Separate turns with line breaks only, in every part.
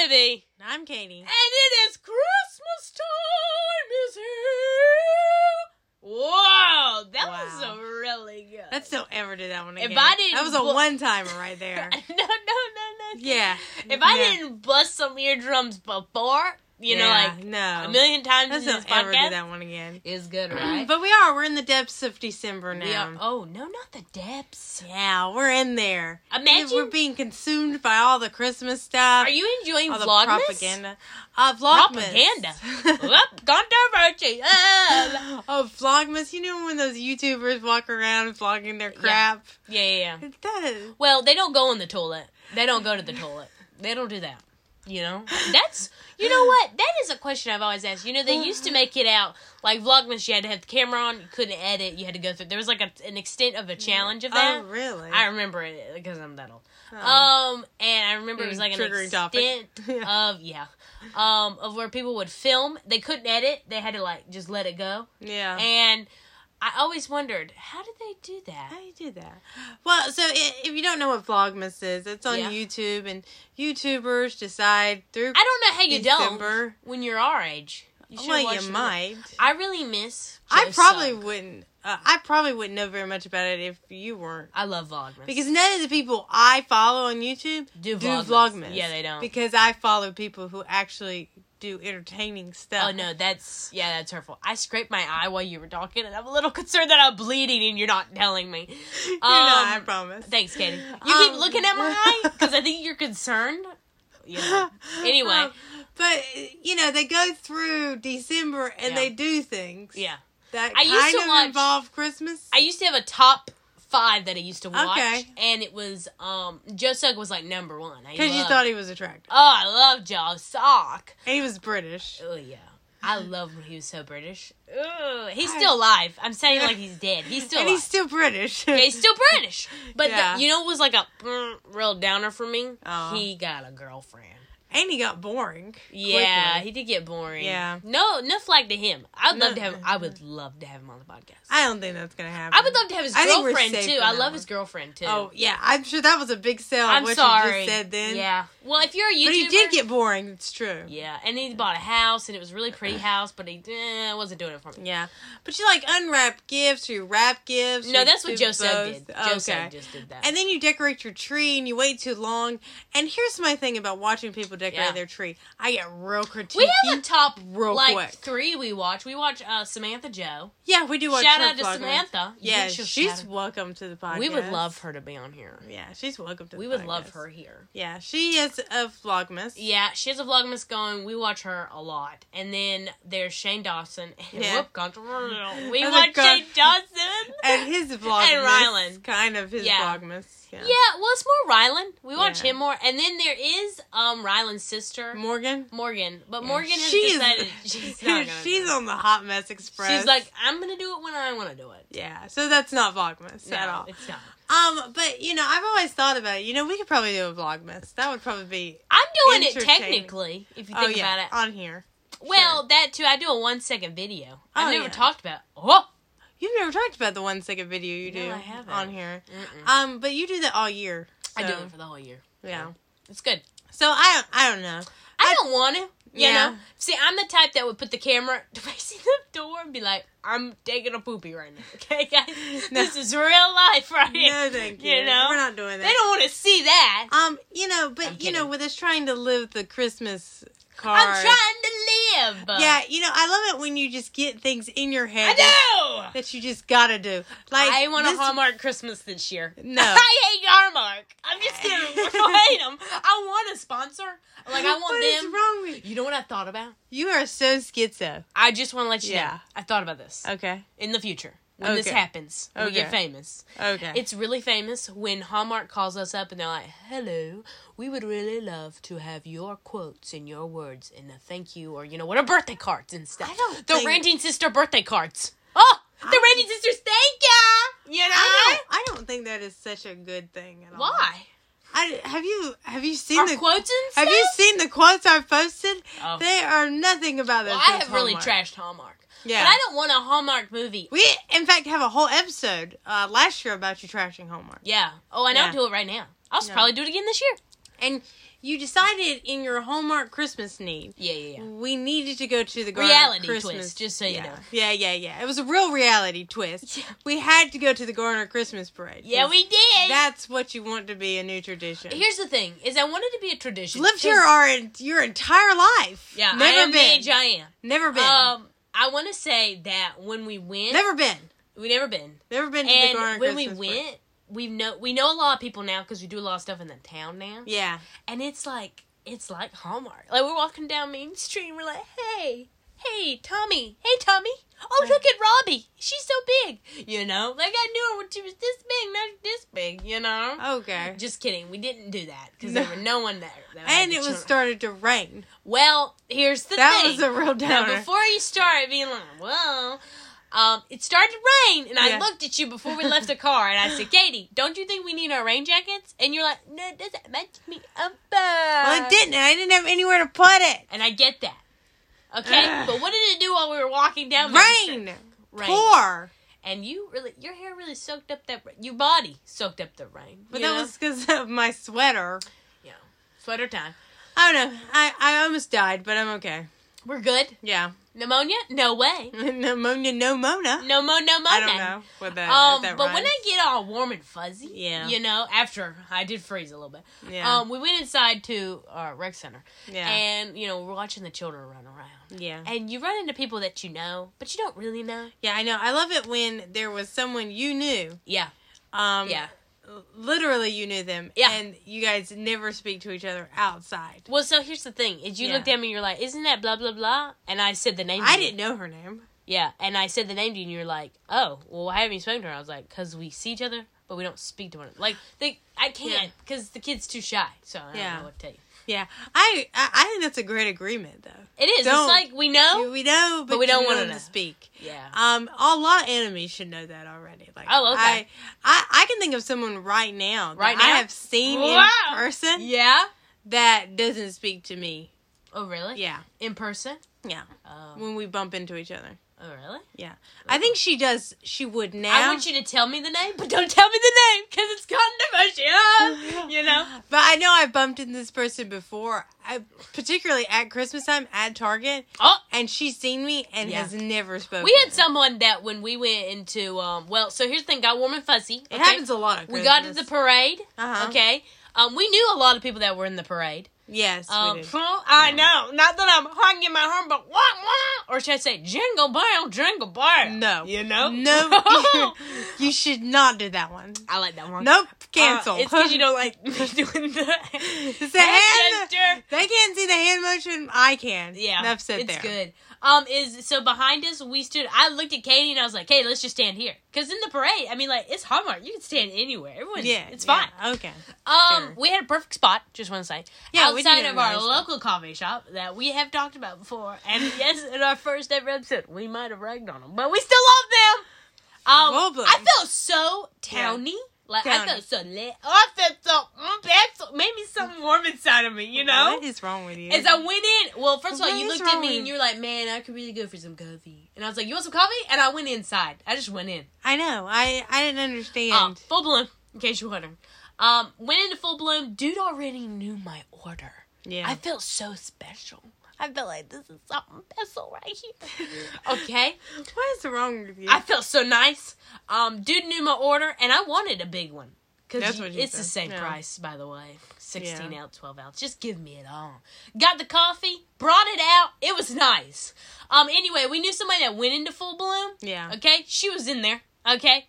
Libby,
And I'm Katie.
and it is Christmas time is here. Whoa, that
Wow.
was really good.
Let's don't ever do that one
If
again.
I didn't
that was a
bu-
one timer right there.
no, no, no, no.
yeah.
If I
Yeah.
didn't bust some eardrums before, you know,
Yeah,
like
no,
a million times
let's
in this
don't ever do
podcast,
that one again.
is good, right?
But we are. We're in the depths of December
We are-
now.
Mm-hmm. oh no, not the depths.
Yeah, we're in there.
Imagine-
we're being consumed by all the Christmas stuff.
Are you enjoying
all the
Vlogmas?
propaganda? Uh, Vlogmas.
Propaganda. Whoop, controversy. Um,
oh, Vlogmas. You know when those YouTubers walk around vlogging their crap?
yeah, yeah, yeah.
That is.
Well, they don't go in the toilet. They don't go to the toilet. They don't do that. You know? That's you know what? That is a question I've always asked. You know, they used to make it out like Vlogmas, you had to have the camera on, you couldn't edit, you had to go through there was like a, an extent of a challenge of that.
Oh, really?
I remember it because I'm that old.
Oh.
Um, and I remember it was
Mm,
like an
triggering
extent
topic.
of yeah, um, of where people would film. They couldn't edit. They had to like just let it go.
yeah.
And I always wondered how did they do that?
How you do that? Well, so i if you don't know what Vlogmas is, it's on
Yeah.
YouTube, and YouTubers decide through.
I don't know how you don't
December.
when you're our age. You should
well,
watch
you
it.
might.
I really miss.
I
Joe
probably
Sugg.
wouldn't. Uh, I probably wouldn't know very much about it if you weren't,
I love Vlogmas
because none of the people I follow on YouTube
do
do
Vlogmas.
Vlogmas.
Yeah, they don't.
Because I follow people who actually do entertaining stuff.
Oh no, that's yeah, that's hurtful. I scraped my eye while you were talking, and I'm a little concerned that I'm bleeding, and you're not telling me.
You're not, I
Um,
promise.
Thanks, Katie. You keep
Um,
looking at my eye because I think you're concerned. Yeah. Anyway.
Um, but you know they go through December and
Yeah.
they do things.
Yeah.
that
I
kind
used to
of
watch-
involve Christmas.
I used to have a top five that I used to watch,
Okay.
and it was um Joe Sugg was like number one. I
Because you
loved-
thought he was attractive.
oh, I love Joe Sugg.
And he was British.
Oh yeah. I love when he was so British. Ooh, he's
I-
still alive. I'm saying like he's dead. He's still
and
alive.
he's still British.
Yeah, he's still British. But the-
Yeah. Uh-huh.
you know what was like a mm, real downer for me?
Aw.
He got a girlfriend.
and he got boring.
Yeah,
quickly.
he did get boring.
Yeah.
No, no flag to him. I'd love
No-
to have I would love to have him on the podcast. I,
I don't think that's going to happen.
would love to have his
I think we're
girlfriend
safe
too.
for
I
that
love
one.
his girlfriend too.
Oh, yeah. I'm sure that was a big sell
I'm
of what
sorry.
you just said then.
Yeah. Well, if you're a YouTuber,
But he did get boring. It's true.
Yeah, and he bought a house, and it was a really pretty house, but he eh, wasn't doing it for me.
Yeah. But you like unwrap gifts or you wrap gifts.
No,
you
that's what
do
Joe Sugg
both.
did. Joe Sugg just did that.
And then you decorate your tree and you wait too long. And here's my thing about watching people decorate
Yeah.
their tree. I get real critiquey.
we have a top
real
like
quick.
three we watch. We watch uh, Samantha Joe.
yeah, we do watch
Shout
her
out to
vlogmas.
Samantha. You
Yeah,
think she'll
she's
shout out?
welcome to the podcast.
we would love her to be on here.
Yeah, she's welcome to.
We
the
would love
podcast.
her here.
Yeah, she is a vlogmas.
Yeah, she has a Vlogmas going. We watch her a lot. And then there's Shane Dawson. And
Yeah.
Whoop, controversial. We
Oh my
watch
God.
Shane Dawson.
and his vlogmas.
Rylan.
kind of his
Yeah.
vlogmas. Yeah.
yeah. well, it's more Rylan. We watch
Yeah.
him more. And then there is um Rylan's sister,
Morgan.
Morgan. But Morgan has
She is-
decided she's not gonna do
she's
it.
on the Hot Mess Express.
She's like, I'm going to do it when I want to do it.
yeah. So that's not vlogmas at
No,
all.
it's not.
Um, but you know, I've always thought about it. You know, we could probably do a vlogmas. That would probably be.
I'm doing it
Entertaining.
technically, if you
oh
think
yeah,
about it.
on here.
Well, that too. I do a one second video. I've
Oh,
never
yeah.
talked about. Oh,
You've never talked about the one second video you
No,
do
I haven't.
on here. Um, but you do that all year.
I do
so,
it for the whole year.
Yeah.
It's good.
So I don't. I don't know.
I,
I-
don't want to. You
Yeah.
know. See, I'm the type that would put the camera facing the door and be like, "I'm taking a poopy right now." Okay, guys,
No.
this is real life right
No,
here.
thank you.
You know?
we're not doing that.
They don't want to see that.
Um, you know,
I'm
but you know,
kidding.
with us trying to live the Christmas card.
I'm trying to live.
Yeah, you know, I love it when you just get things in your
I
head
do.
that you just gotta do. Like
I want a
this-
Hallmark Christmas this year.
No.
I hate Hallmark. I'm just kidding. I hate them. I want a sponsor. Like I want
What is
them.
wrong with you?
You know what I thought about?
You are so schizo.
I just want to let you know.
Yeah.
I thought about this.
Okay.
In the future, when this
Okay.
happens, we get
Okay.
famous.
Okay.
It's really famous when Hallmark calls us up and they're like, hello, we would really love to have your quotes and your words and a thank you or, you know, what are birthday cards and stuff.
I don't
The
think-
Ranting Sister birthday cards. Oh, the
I-
Ranting Sisters, thank ya! You know?
I don't, I don't think that is such a good thing at all.
Why?
I, have you have you seen
Our
the
quotes and stuff?
have you seen the quotes I've posted?
Oh.
They are nothing about
well,
those.
I
since
have really
Hallmark.
trashed Hallmark.
Yeah.
But I don't want a Hallmark movie.
We in fact have a whole episode uh, last year about you trashing Hallmark.
Yeah. Oh, and I'll
Yeah.
do it right now. I'll s-
No.
probably do it again this year.
And you decided in your Hallmark Christmas need.
Yeah, yeah, yeah.
We needed to go to the Garden
Reality
Christmas.
twist, just so you
yeah.
know.
Yeah, yeah, yeah. It was a real reality twist.
Yeah.
We had to go to the Garner Christmas parade.
Yeah,
'cause
we did.
That's what you want to be a new tradition.
Here's the thing: is I wanted to be a tradition.
Lived
'cause-
here our your entire life.
yeah, I
never
am the
been.
age I am.
never been.
Um, I want to say that when we went,
never been.
we never been,
Never been to the Garner
and when we
Christmas parade.
went, we know we know a lot of people now because we do a lot of stuff in the town now,
Yeah.
and it's like it's like Hallmark. Like we're walking down Main Street, and we're like, hey, hey, Tommy, hey, Tommy. Oh,
Right.
look at Robbie. She's so big. You know, like I knew her when she was this big, not this big. You know.
Okay.
Just kidding. We didn't do that because
No.
there were no one there. that had
And
the
it was
children.
started to rain.
Well, here's the
That
thing.
was a real
now,
downer.
before you started being like, well, um, it started to rain, and I
Yeah.
looked at you before we left the car, and I said, Katie, don't you think we need our rain jackets? And you're like, no, it doesn't match me up.
well, it didn't. and I didn't have anywhere to put it.
And I get that. Okay,
Ugh.
but what did it do while we were walking down? Main Street?
Rain.
rain,
Pour.
and you really, your hair really soaked up that. ra- Your body soaked up the rain.
But
you
that
know?
was because of my sweater.
you know, sweater time.
I don't know. I, I almost died, but I'm okay.
We're good.
Yeah.
Pneumonia? No way.
Pneumonia, no Mona.
No mo, no mo.
I don't know what that,
Um,
if that
but when I
rhymes.
get all warm and fuzzy,
Yeah.
you know, after I did freeze a little bit,
Yeah.
um, we went inside to our rec center,
yeah.
and you know, we're watching the children run around,
yeah.
and you run into people that you know, but you don't really know.
Yeah, I know. I love it when there was someone you knew.
Yeah,
Um,
yeah.
Literally, you knew them.
Yeah.
And you guys never speak to each other outside.
Well, so here's the thing: is you
Yeah.
looked at me, and you're like, "Isn't that blah blah blah?" And I said the name. to
I
you.
didn't know her name.
Yeah, and I said the name to you, and you're like, "Oh, well, why haven't you spoken to her?" I was like, "Cause we see each other, but we don't speak to one. another." Like, they, I can't, cause the kid's too shy. So I don't
Yeah.
know what to tell you.
Yeah. I, I I think that's a great agreement, though.
It is.
Don't.
It's like we know.
We know, but, we don't want
know.
to speak.
yeah.
Um, a lot of enemies should know that already. Like,
Oh, okay.
I, I, I can think of someone right now that
Right now?
I have seen
Wow.
in person
Yeah.
that doesn't speak to me.
Oh really?
Yeah,
In person?
yeah.
Oh.
When we bump into each other,
Oh really?
I think she does. She would now.
I want you to tell me the name, but don't tell me the name because it's controversial. you know.
but I know I bumped into this person before, I, particularly at Christmas time at Target,
Oh.
and she's seen me and
Yeah.
has never spoken.
We had someone that when we went into um well so here's the thing got warm and fuzzy.
It
okay?
happens a lot. At
We
Christmas.
got to the parade.
Uh-huh.
Okay. Um, we knew a lot of people that were in the parade.
Yes. we
Um,
do.
I know. Not that I'm honking my horn, but wah wah, or should I say jingle bell, jingle bell?
No.
you know,
No, you should not do that one.
I like that one.
Nope, cancel.
Uh, it's because you don't like me doing the,
the hand-
gesture.
They can't see the hand motion. I can.
Yeah,
enough said
it's
there.
good. Um, is so behind us we stood. I looked at Katie and I was like, "Hey, let's just stand here." Because in the parade, I mean, like it's Hallmark. You can stand anywhere. Everyone,
Yeah,
yeah, it's fine.
yeah, okay.
Um,
Sure.
we had a perfect spot. Just want to say,
Yeah, we did
outside
have
of
a
our
nice spot.
local coffee shop that we have talked about before, and yes, in our first ever episode, we might have ragged on them, but we still love them. Um,
Full blown.
I felt so towny. Like I
Towny.
felt so lit. Oh, I felt so mm, that's so- maybe something warm inside of me, you know.
what is wrong with you?
As I went in, well, first of all,
What
you
is
looked at
wrong with
me
you?
and you were like, "Man, I could really go for some coffee," and I was like, "You want some coffee?" And I went inside. I just went in.
I know. I I didn't understand.
Um, full bloom, in case you're wondering. Um, went into full bloom. Dude already knew my order.
yeah.
I felt so special. I felt like this is something special right here. okay.
what is wrong with you?
I felt so nice. Um, dude knew my order, and I wanted a big one. Cause
That's
you-
what you
it's the
said.
same
Yeah.
price, by the way. Sixteen
Yeah.
ounce, twelve ounce. Just give me it all. Got the coffee, brought it out. It was nice. Um, anyway, we knew somebody that went into full bloom.
yeah.
Okay, she was in there. Okay,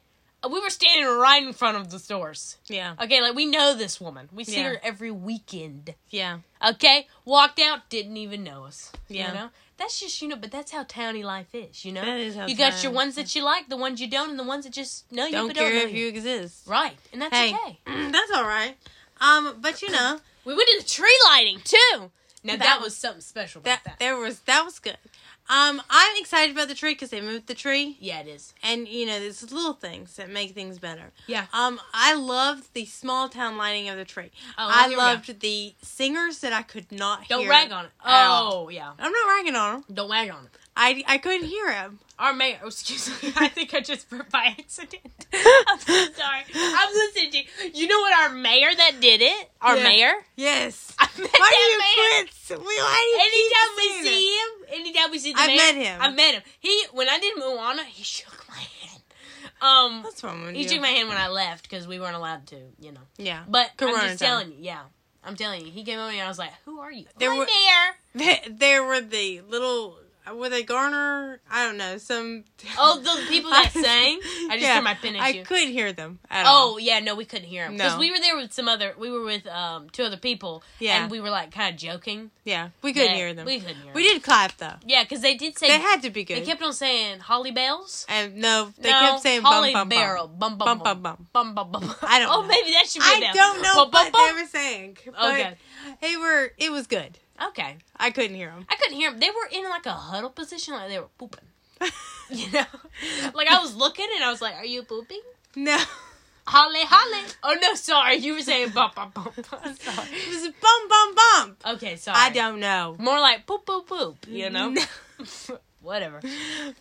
we were standing right in front of the stores.
Yeah.
Okay, like we know this woman. We see
Yeah.
her every weekend.
Yeah.
Okay, walked out, didn't even know us.
Yeah.
You know? That's just you know, but that's how towny life is. You know,
That is how
you got
town
your
life
ones that you like, the ones you don't, and the ones that just know you
Don't
but
care
don't know
if you exist.
Right, and that's
Hey.
okay.
That's all right. Um, but you know
We went to the tree lighting too. Now that,
That-
was something special. About
that
that,
there was that was good. Um, I'm excited about the tree because they moved the tree,
Yeah, it is.
and you know, there's little things that make things better.
Yeah.
Um, I loved the small town lighting of the tree.
Oh,
I
here we go.
loved the singers that I could not
Don't
hear.
rag on it.
at
Oh,
all.
yeah.
I'm not ragging on them.
Don't rag on it.
I I couldn't hear him.
Our mayor, oh, excuse me, I think I just burped by accident. I'm so sorry. I'm listening to you. You know what our mayor that did it? Our
Yeah.
mayor?
Yes.
I met that mayor.
Why do you quit? We- Why do you
Anytime we
keep saying
see him, anytime we see the
I've
mayor,
met him.
I met him. He when I did Moana, he shook my hand. Um,
that? What's wrong with
he
you?
shook my hand when I left because we weren't allowed to, you know.
yeah.
But
Corona
I'm just
time.
telling you, yeah, I'm telling you. He came over and I was like, "Who are you?"
There
Hi,
were-
mayor.
There were the little. Were they Garner? I don't know. Some.
Oh, the people that sang. I just
Yeah,
threw my pen at
I
you.
could hear them. At all.
Oh yeah, no, we couldn't hear him because
No.
we were there with some other. We were with um two other people.
Yeah.
and we were like kind of joking.
yeah, we couldn't
that
hear them.
We
We,
couldn't hear. them.
did clap though.
Yeah, because they did say
They had to be
they
good.
kept on saying holly bells.
and no, they
No,
kept saying
Holly
bum bum
Barrel.
bum.
Bum bum
Bum,
bum.
bum, bum.
Bum bum bum.
I don't
Oh,
know.
maybe that should be
I
down.
don't know
Well, bum,
what
bum. Oh,
they were saying. But
Okay.
They were. It was good.
Okay.
I couldn't hear them.
I couldn't hear them. They were in like a huddle position, like they were pooping. You know, like I was looking and I was like, "Are you pooping?"
no.
Holly, holly. Oh no, sorry. You were saying bum bum bum. bum. Sorry.
It was bum bum bump.
Okay, sorry.
I don't know.
More like poop poop poop. You know.
No.
Whatever.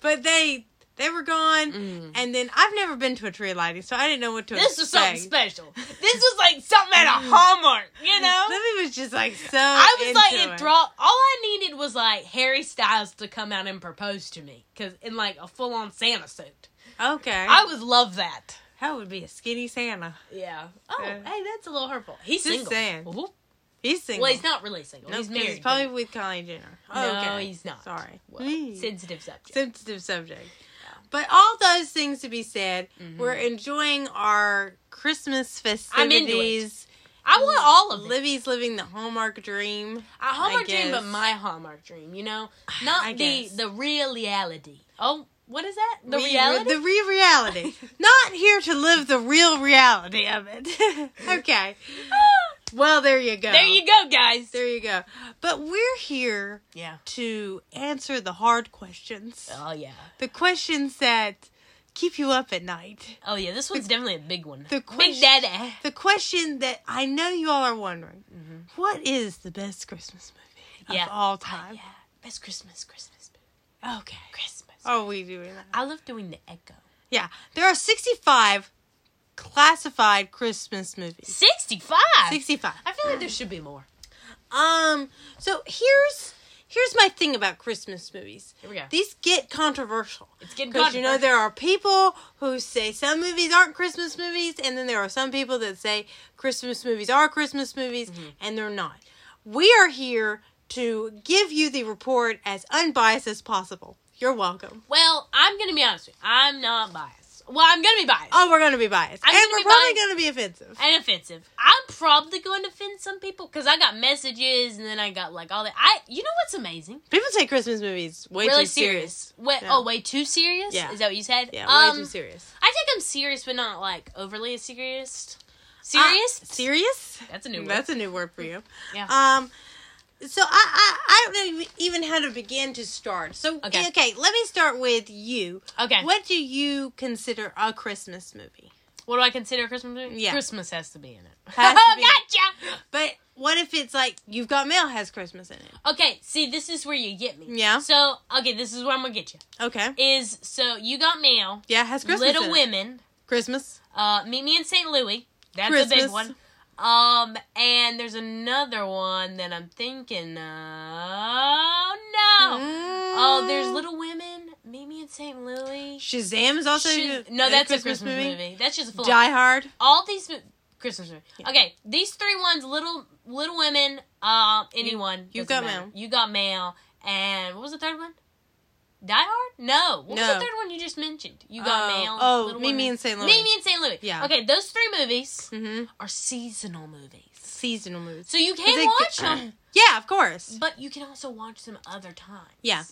But they they were gone, and then I've never been to a tree lighting, so I didn't know what to
Mm. This was
expect.
something special. This was like something at a Hallmark. You know.
Libby was just like so.
I was like
into
enthralled. All I needed was like Harry Styles to come out and propose to me, cause in like a full on Santa suit.
Okay,
I would love that.
that would be a skinny Santa.
Yeah. Oh,
Yeah.
hey, that's a little hurtful. He's
Just
single.
saying.
Whoop.
He's single.
Well, he's not really single.
No,
he's
'cause
married.
probably with Kylie Jenner.
No, he's not.
Sorry.
but- well,
Mm.
sensitive subject.
Sensitive subject. But all those things to be said, we're enjoying our Christmas
Mm-hmm. I'm into it.
festivities.
I want all of it.
Libby's living the Hallmark dream.
A Hallmark dream, but
guess.
my Hallmark dream. You know, not
I
the
guess.
the real reality. Oh, what is that? The
Re-
reality.
The real reality. Not here to live the real reality of it. okay. Well, there you go.
there you go, guys.
There you go. But we're here
Yeah.
to answer the hard questions.
Oh yeah.
The questions that keep you up at night.
Oh yeah. This one's definitely a big one.
the
big
question-
daddy.
The question that I know you all are wondering what is the best Christmas movie
Yeah.
of all
Ah,
time?
yeah. Best Christmas, Christmas,
Okay.
Christmas.
Are Oh, we doing that?
I love doing the echo.
Yeah. There are 65 classified Christmas movies.
65.
65.
I feel like there should be more.
Um so here's here's my thing about Christmas movies.
Here we go.
These get controversial.
It's getting
Because you know
controversial.
there are people who say some movies aren't Christmas movies, and then there are some people that say Christmas movies are Christmas movies,
Mm-hmm.
and they're not. We are here to give you the report as unbiased as possible. You're welcome.
Well, I'm going to be honest with you. I'm not biased. Well, I'm going to be biased.
Oh, we're gonna be biased,
I'm
and
gonna
we're
be
probably
biased.
gonna be offensive.
and offensive. I'm probably going to offend some people because I got messages and then I got like all that. I, you know what's amazing?
People take Christmas movies way
really
too serious.
serious. Wait,
Yeah.
Oh, way too serious?
Yeah.
Is that what you said?
Yeah,
um,
way too serious.
I think I'm serious, but not like overly serious. Serious?
Uh, serious?
That's a new word.
That's a new word for you.
Yeah.
Um, so I, I I don't know even how to begin to start. So
Okay.
okay, let me start with you.
Okay. What?
What do you consider a Christmas movie?
do I consider a Christmas movie?
Yeah.
Christmas has to be in it. Oh,
Has to be.
gotcha.
But what if it's like You've Got Mail has Christmas in it?
Okay, see, this is where you get me.
Yeah.
So, okay, this is where I'm gonna get you.
Okay.
Is so you got mail,
Yeah, it has Christmas. in
Little
it.
Women,
Christmas.
uh, Meet Me in St. Louis. That's a big
Christmas.
one. Um, and there's another one that I'm thinking. Oh no!
Mm.
Oh, there's Little Women, Meet Me in St. Louis.
Shazam is also
Should- no, that's a Christmas movie. That's just a full.
Die Hard.
All these mo- Christmas movie.
Yeah.
Okay, these three ones: Little Little Women, um, anyone.
You
doesn't
Got
matter.
Mail.
You got mail, and what was the third one? Die Hard? No. What was
No.
the third one you just mentioned? You got
Oh,
mail.
oh,
Little
Meet Me
Women.
in St. Louis.
Meet Me in St. Louis.
Yeah.
Okay, those three movies
Mm-hmm.
are seasonal movies,
Seasonal movies.
so you can
They-
watch them,
Yeah, of course.
but you can also watch them other times.
Yeah.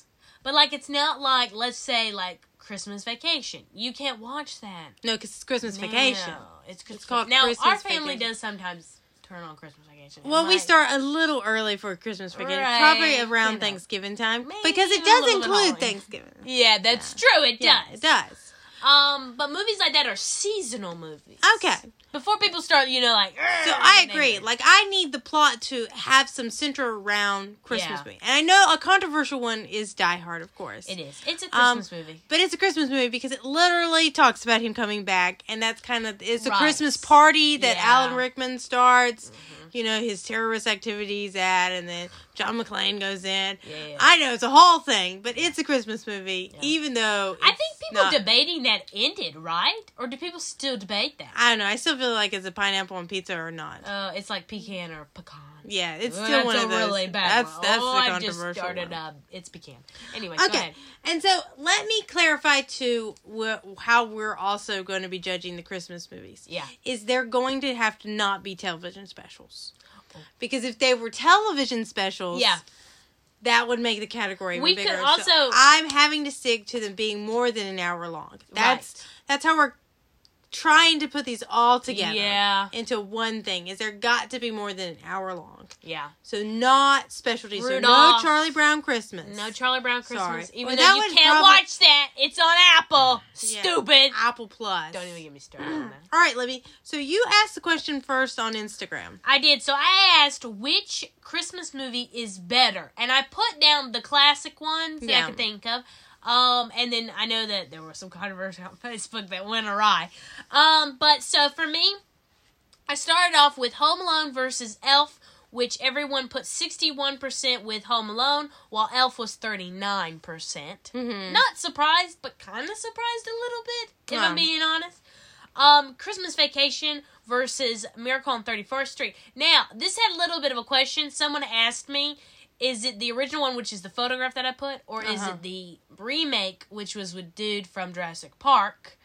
But like, it's not like let's say like Christmas Vacation. You can't watch that.
No, because it's Christmas vacation.
No, it's Christmas.
called
now
Christmas
our family
Vacation.
does sometimes turn on Christmas vacation. It
Well, we
might-
start a little early for Christmas vacation,
Right,
probably
you know.
around Thanksgiving time,
Maybe
because it
even a
does
little bit
include
early.
Thanksgiving.
Yeah, that's true. It
Yeah,
does.
it does.
Um, but movies like that are seasonal movies.
Okay,
Before people start, you know, like.
so I agree. Like, I need the plot to have some center around Christmas
Yeah.
movie, and I know a controversial one is Die Hard, of course.
it is. It's a
Um,
Christmas movie.
But it's a Christmas movie because it literally talks about him coming back, and that's kind of it's a
Right.
Christmas party that
Yeah. Mm-hmm.
Alan Rickman starts. You know his terrorist activities at, and then John McClane goes in.
Yeah.
I know it's a whole thing, but it's a Christmas movie,
Yeah.
even though
I
it's
think people
not-
debating that ended, right? Or do people still debate that?
I don't know. I still feel like it's a pineapple on pizza or not.
Uh, it's like pecan or pecan.
yeah, it's
Well,
still
that's
one
a
of those.
really bad
that's
one.
that's
oh,
the
I've just
controversial
started
one.
up. It's pecan. Anyway, go
Okay,
ahead.
and so let me clarify too wh- how we're also going to be judging the Christmas movies.
Yeah.
is they're going to have to not be television specials. Because if they were television specials,
Oh. Yeah.
that would make the category even
We
bigger.
could
So
also-
I'm having to stick to them being more than an hour long. That's
Right.
that's how we're trying to put these all together
Yeah.
into one thing. Is there got to be more than an hour long?
Yeah.
So not specialties. So no
Rudolph.
Charlie Brown Christmas.
No Charlie Brown Christmas.
Sorry.
Even
Well,
though
that
you
was
can't
probably-
watch that, it's on Apple.
Yeah.
Stupid.
Apple Plus.
Don't even get me started on that.
All right, Libby. So you asked the question first on Instagram.
I did. So I asked which Christmas movie is better, and I put down the classic ones that
Yeah.
I could think of. Um, and then I know that there was some controversy on Facebook that went awry. Um, but so for me, I started off with Home Alone versus Elf, which everyone put sixty-one percent with Home Alone, while Elf was thirty-nine percent.
Mm-hmm.
Not surprised, but kind of surprised a little bit, if
Yeah.
I'm being honest. Um, Christmas Vacation versus Miracle on 34th Street. Now, this had a little bit of a question. Someone asked me, is it the original one, which is the photograph that I put, or is
Uh-huh.
it the remake, which was with dude from Jurassic Park,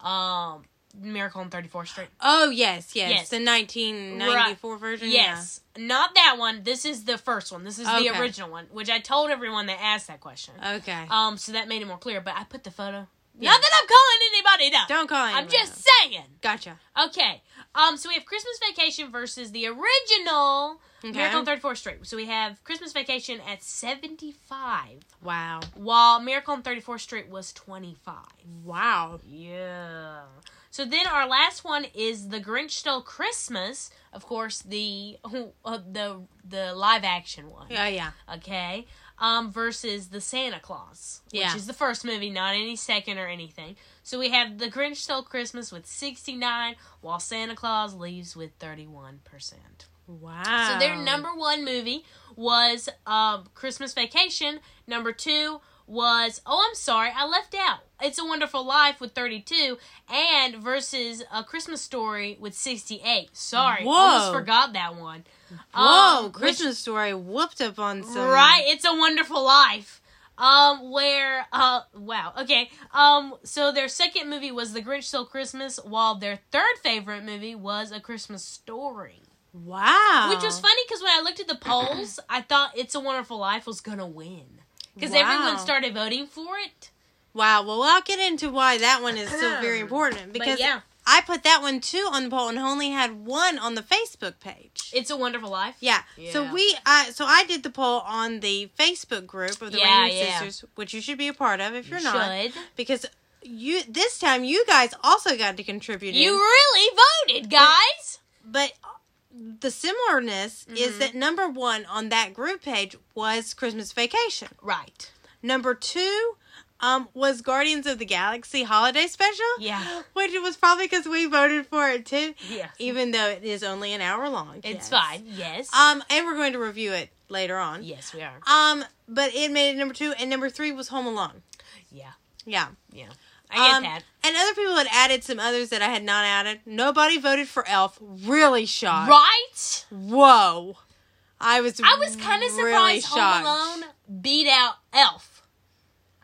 um, Miracle on 34th Street?
Oh yes, yes,
Yes.
the 1994 version.
Yes. Not that one. This is the first one. This is
Okay.
the original one, which I told everyone that asked that question.
Yeah. Okay.
Um, so that made it more clear. But I put the photo.
Yeah.
Not that I'm calling anybody up.
Don't call anyone.
I'm just
out.
saying.
gotcha.
Okay. Um, so we have Christmas Vacation versus the original
Okay.
Miracle on 34th Street. So we have Christmas Vacation at 75,
Wow.
while Miracle on 34th Street was 25.
Wow.
Yeah. So then our last one is the Grinch Stole Christmas. Of course, the uh, the the live action one
Yeah, yeah.
okay um versus the santa claus which
Yeah.
is the first movie not any second or anything so we have the grinch stole christmas with 69 while santa claus leaves with 31%
Wow.
so their number one movie was um christmas vacation number two was oh i'm sorry i left out it's a wonderful life with 32 and versus a christmas story with 68 sorry almost
Whoa.
forgot that one
Whoa,
Um, which-
Christmas story whooped up on some.
Right, it's a wonderful life. Um, where uh wow, okay. Um so their second movie was The Grinch Stole Christmas, while their third favorite movie was A Christmas Story.
Wow.
Which was funny because when I looked at the polls, I thought It's a Wonderful Life was gonna win. Because
Wow.
everyone started voting for it.
Wow. Well, I'll get into why that one is so very important
Because
because
but yeah,
I put that one too on the poll and only had one on the Facebook page.
It's a Wonderful Life.
Yeah. So
Yeah.
we I so I did the poll on the Facebook group of the
Yeah,
Rainy
yeah.
Sisters, which you should be a part of if
You
you're not.
should.
because you this time you guys also got to contribute
You
in.
really voted, guys.
but the similarness is
Mhm.
that number one on that group page was christmas vacation
Right.
number two um, was guardians of the galaxy holiday special
Yeah.
which was probably because we voted for it too
Yeah.
even though it is only an hour long
It's
yes.
fine. Yes.
um and we're going to review it later on
yes, we are.
um but it made it number two and number three was home alone
Yeah.
yeah
I get
Um,
that.
And other people had added some others that I had not added. Nobody voted for Elf. Really shocked.
Right?
Whoa. I was
I was kind of
really
surprised
shocked.
Home Alone beat out Elf.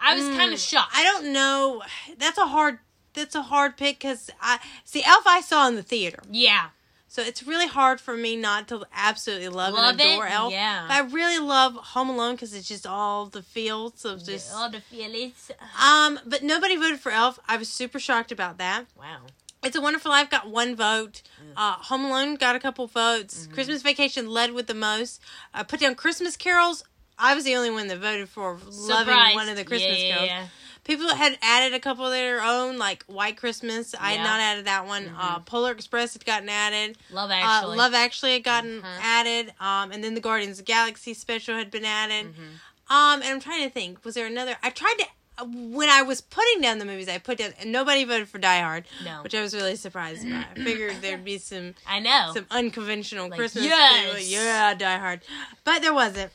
I was
Mm,
kind of shocked.
I don't know. That's a hard that's a hard pick cuz I see Elf I saw in the theater.
Yeah,
So it's really hard for me not to absolutely love,
love
and adore
it.
Elf. But
Yeah,
I really love Home Alone cuz it's just all the feels of just
all the feelings.
um but nobody voted for Elf. I was super shocked about that.
Wow.
It's a Wonderful Life got one vote.
Mm.
Uh, Home Alone got a couple votes.
Mm-hmm.
Christmas Vacation led with the most. Uh, put down Christmas carols. I was the only one that voted for loving
Surprised.
one of the Christmas
Yeah, yeah,
carols.
yeah.
People had added a couple of their own, like White Christmas. I had
Yeah.
not added that one. Uh, Polar Express had gotten added.
Love
Uh,
Actually.
Love Actually had gotten
Mhm.
added. Um, and then the Guardians of the Galaxy special had been added.
Mhm.
Um, and I'm trying to think, was there another? I tried to when I was putting down the movies, I put down and nobody voted for Die Hard,
No,
which I was really surprised by. I figured there'd be some
I know.
some unconventional
Like,
Christmas.
yes!
people, yeah, Die Hard, but there wasn't.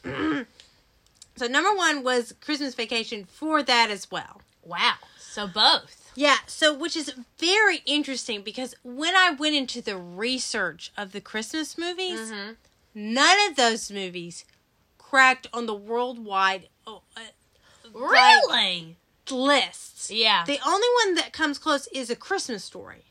so number one was Christmas Vacation for that as well.
wow. So both.
Yeah, so which is very interesting because when I went into the research of the Christmas movies,
Mhm.
none of those movies cracked on the worldwide oh, uh,
Really?
lists.
Yeah.
The only one that comes close is A Christmas Story.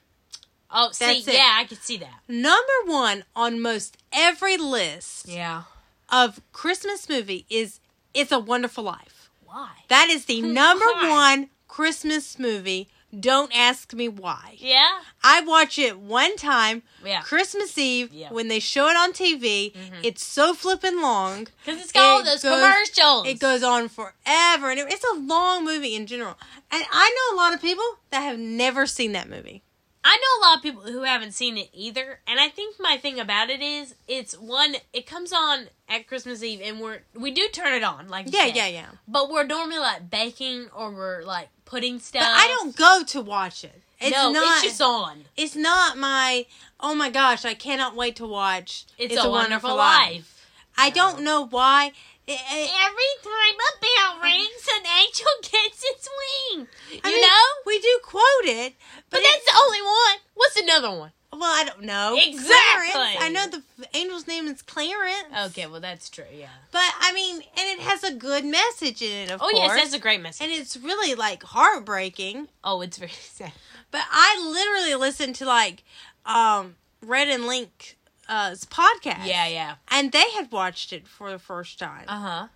Oh, see,
That's it.
yeah, I could see that.
Number one on most every list
Yeah.
of Christmas movie is It's a Wonderful Life.
Why?
That is the number
Hmm, Why?
one Christmas movie. Don't ask me why.
Yeah.
I watch it one time,
Yeah.
Christmas Eve,
Yeah. Mm-hmm.
when they show it on TV. It's so flippin' long.
Because it's got all
It
those
goes-
commercials.
It goes on forever, and it- it's a long movie in general. And I know a lot of people that have never seen that movie.
I know a lot of people who haven't seen it either, and I think my thing about it is it's one. It comes on at Christmas Eve, and we're we do turn it on, like you
Yeah,
said.
yeah, yeah.
But we're normally like baking or we're like putting stuff.
But I don't go to watch it. It's
no,
not.
it's just on.
it's not my. Oh my gosh! I cannot wait to watch.
It's, a, wonderful, life.
I don't know why. It- it-
Every time a bell rings, an angel gets its wing. You
I mean,
know,
we do quote it,
but
but,
that's the only one. What's another one?
it- well, I don't know
Exactly.
Clarence. I know the f- angel's name is Clarence.
Okay, well that's true. Yeah.
but I mean, and it has a good message in it, of
Oh
course.
yes, that's a great message.
and it's really like heartbreaking.
oh, it's very sad.
But I literally listened to like um Red and Link's uh, podcast.
Yeah, yeah.
And they had watched it for the first time.
Uh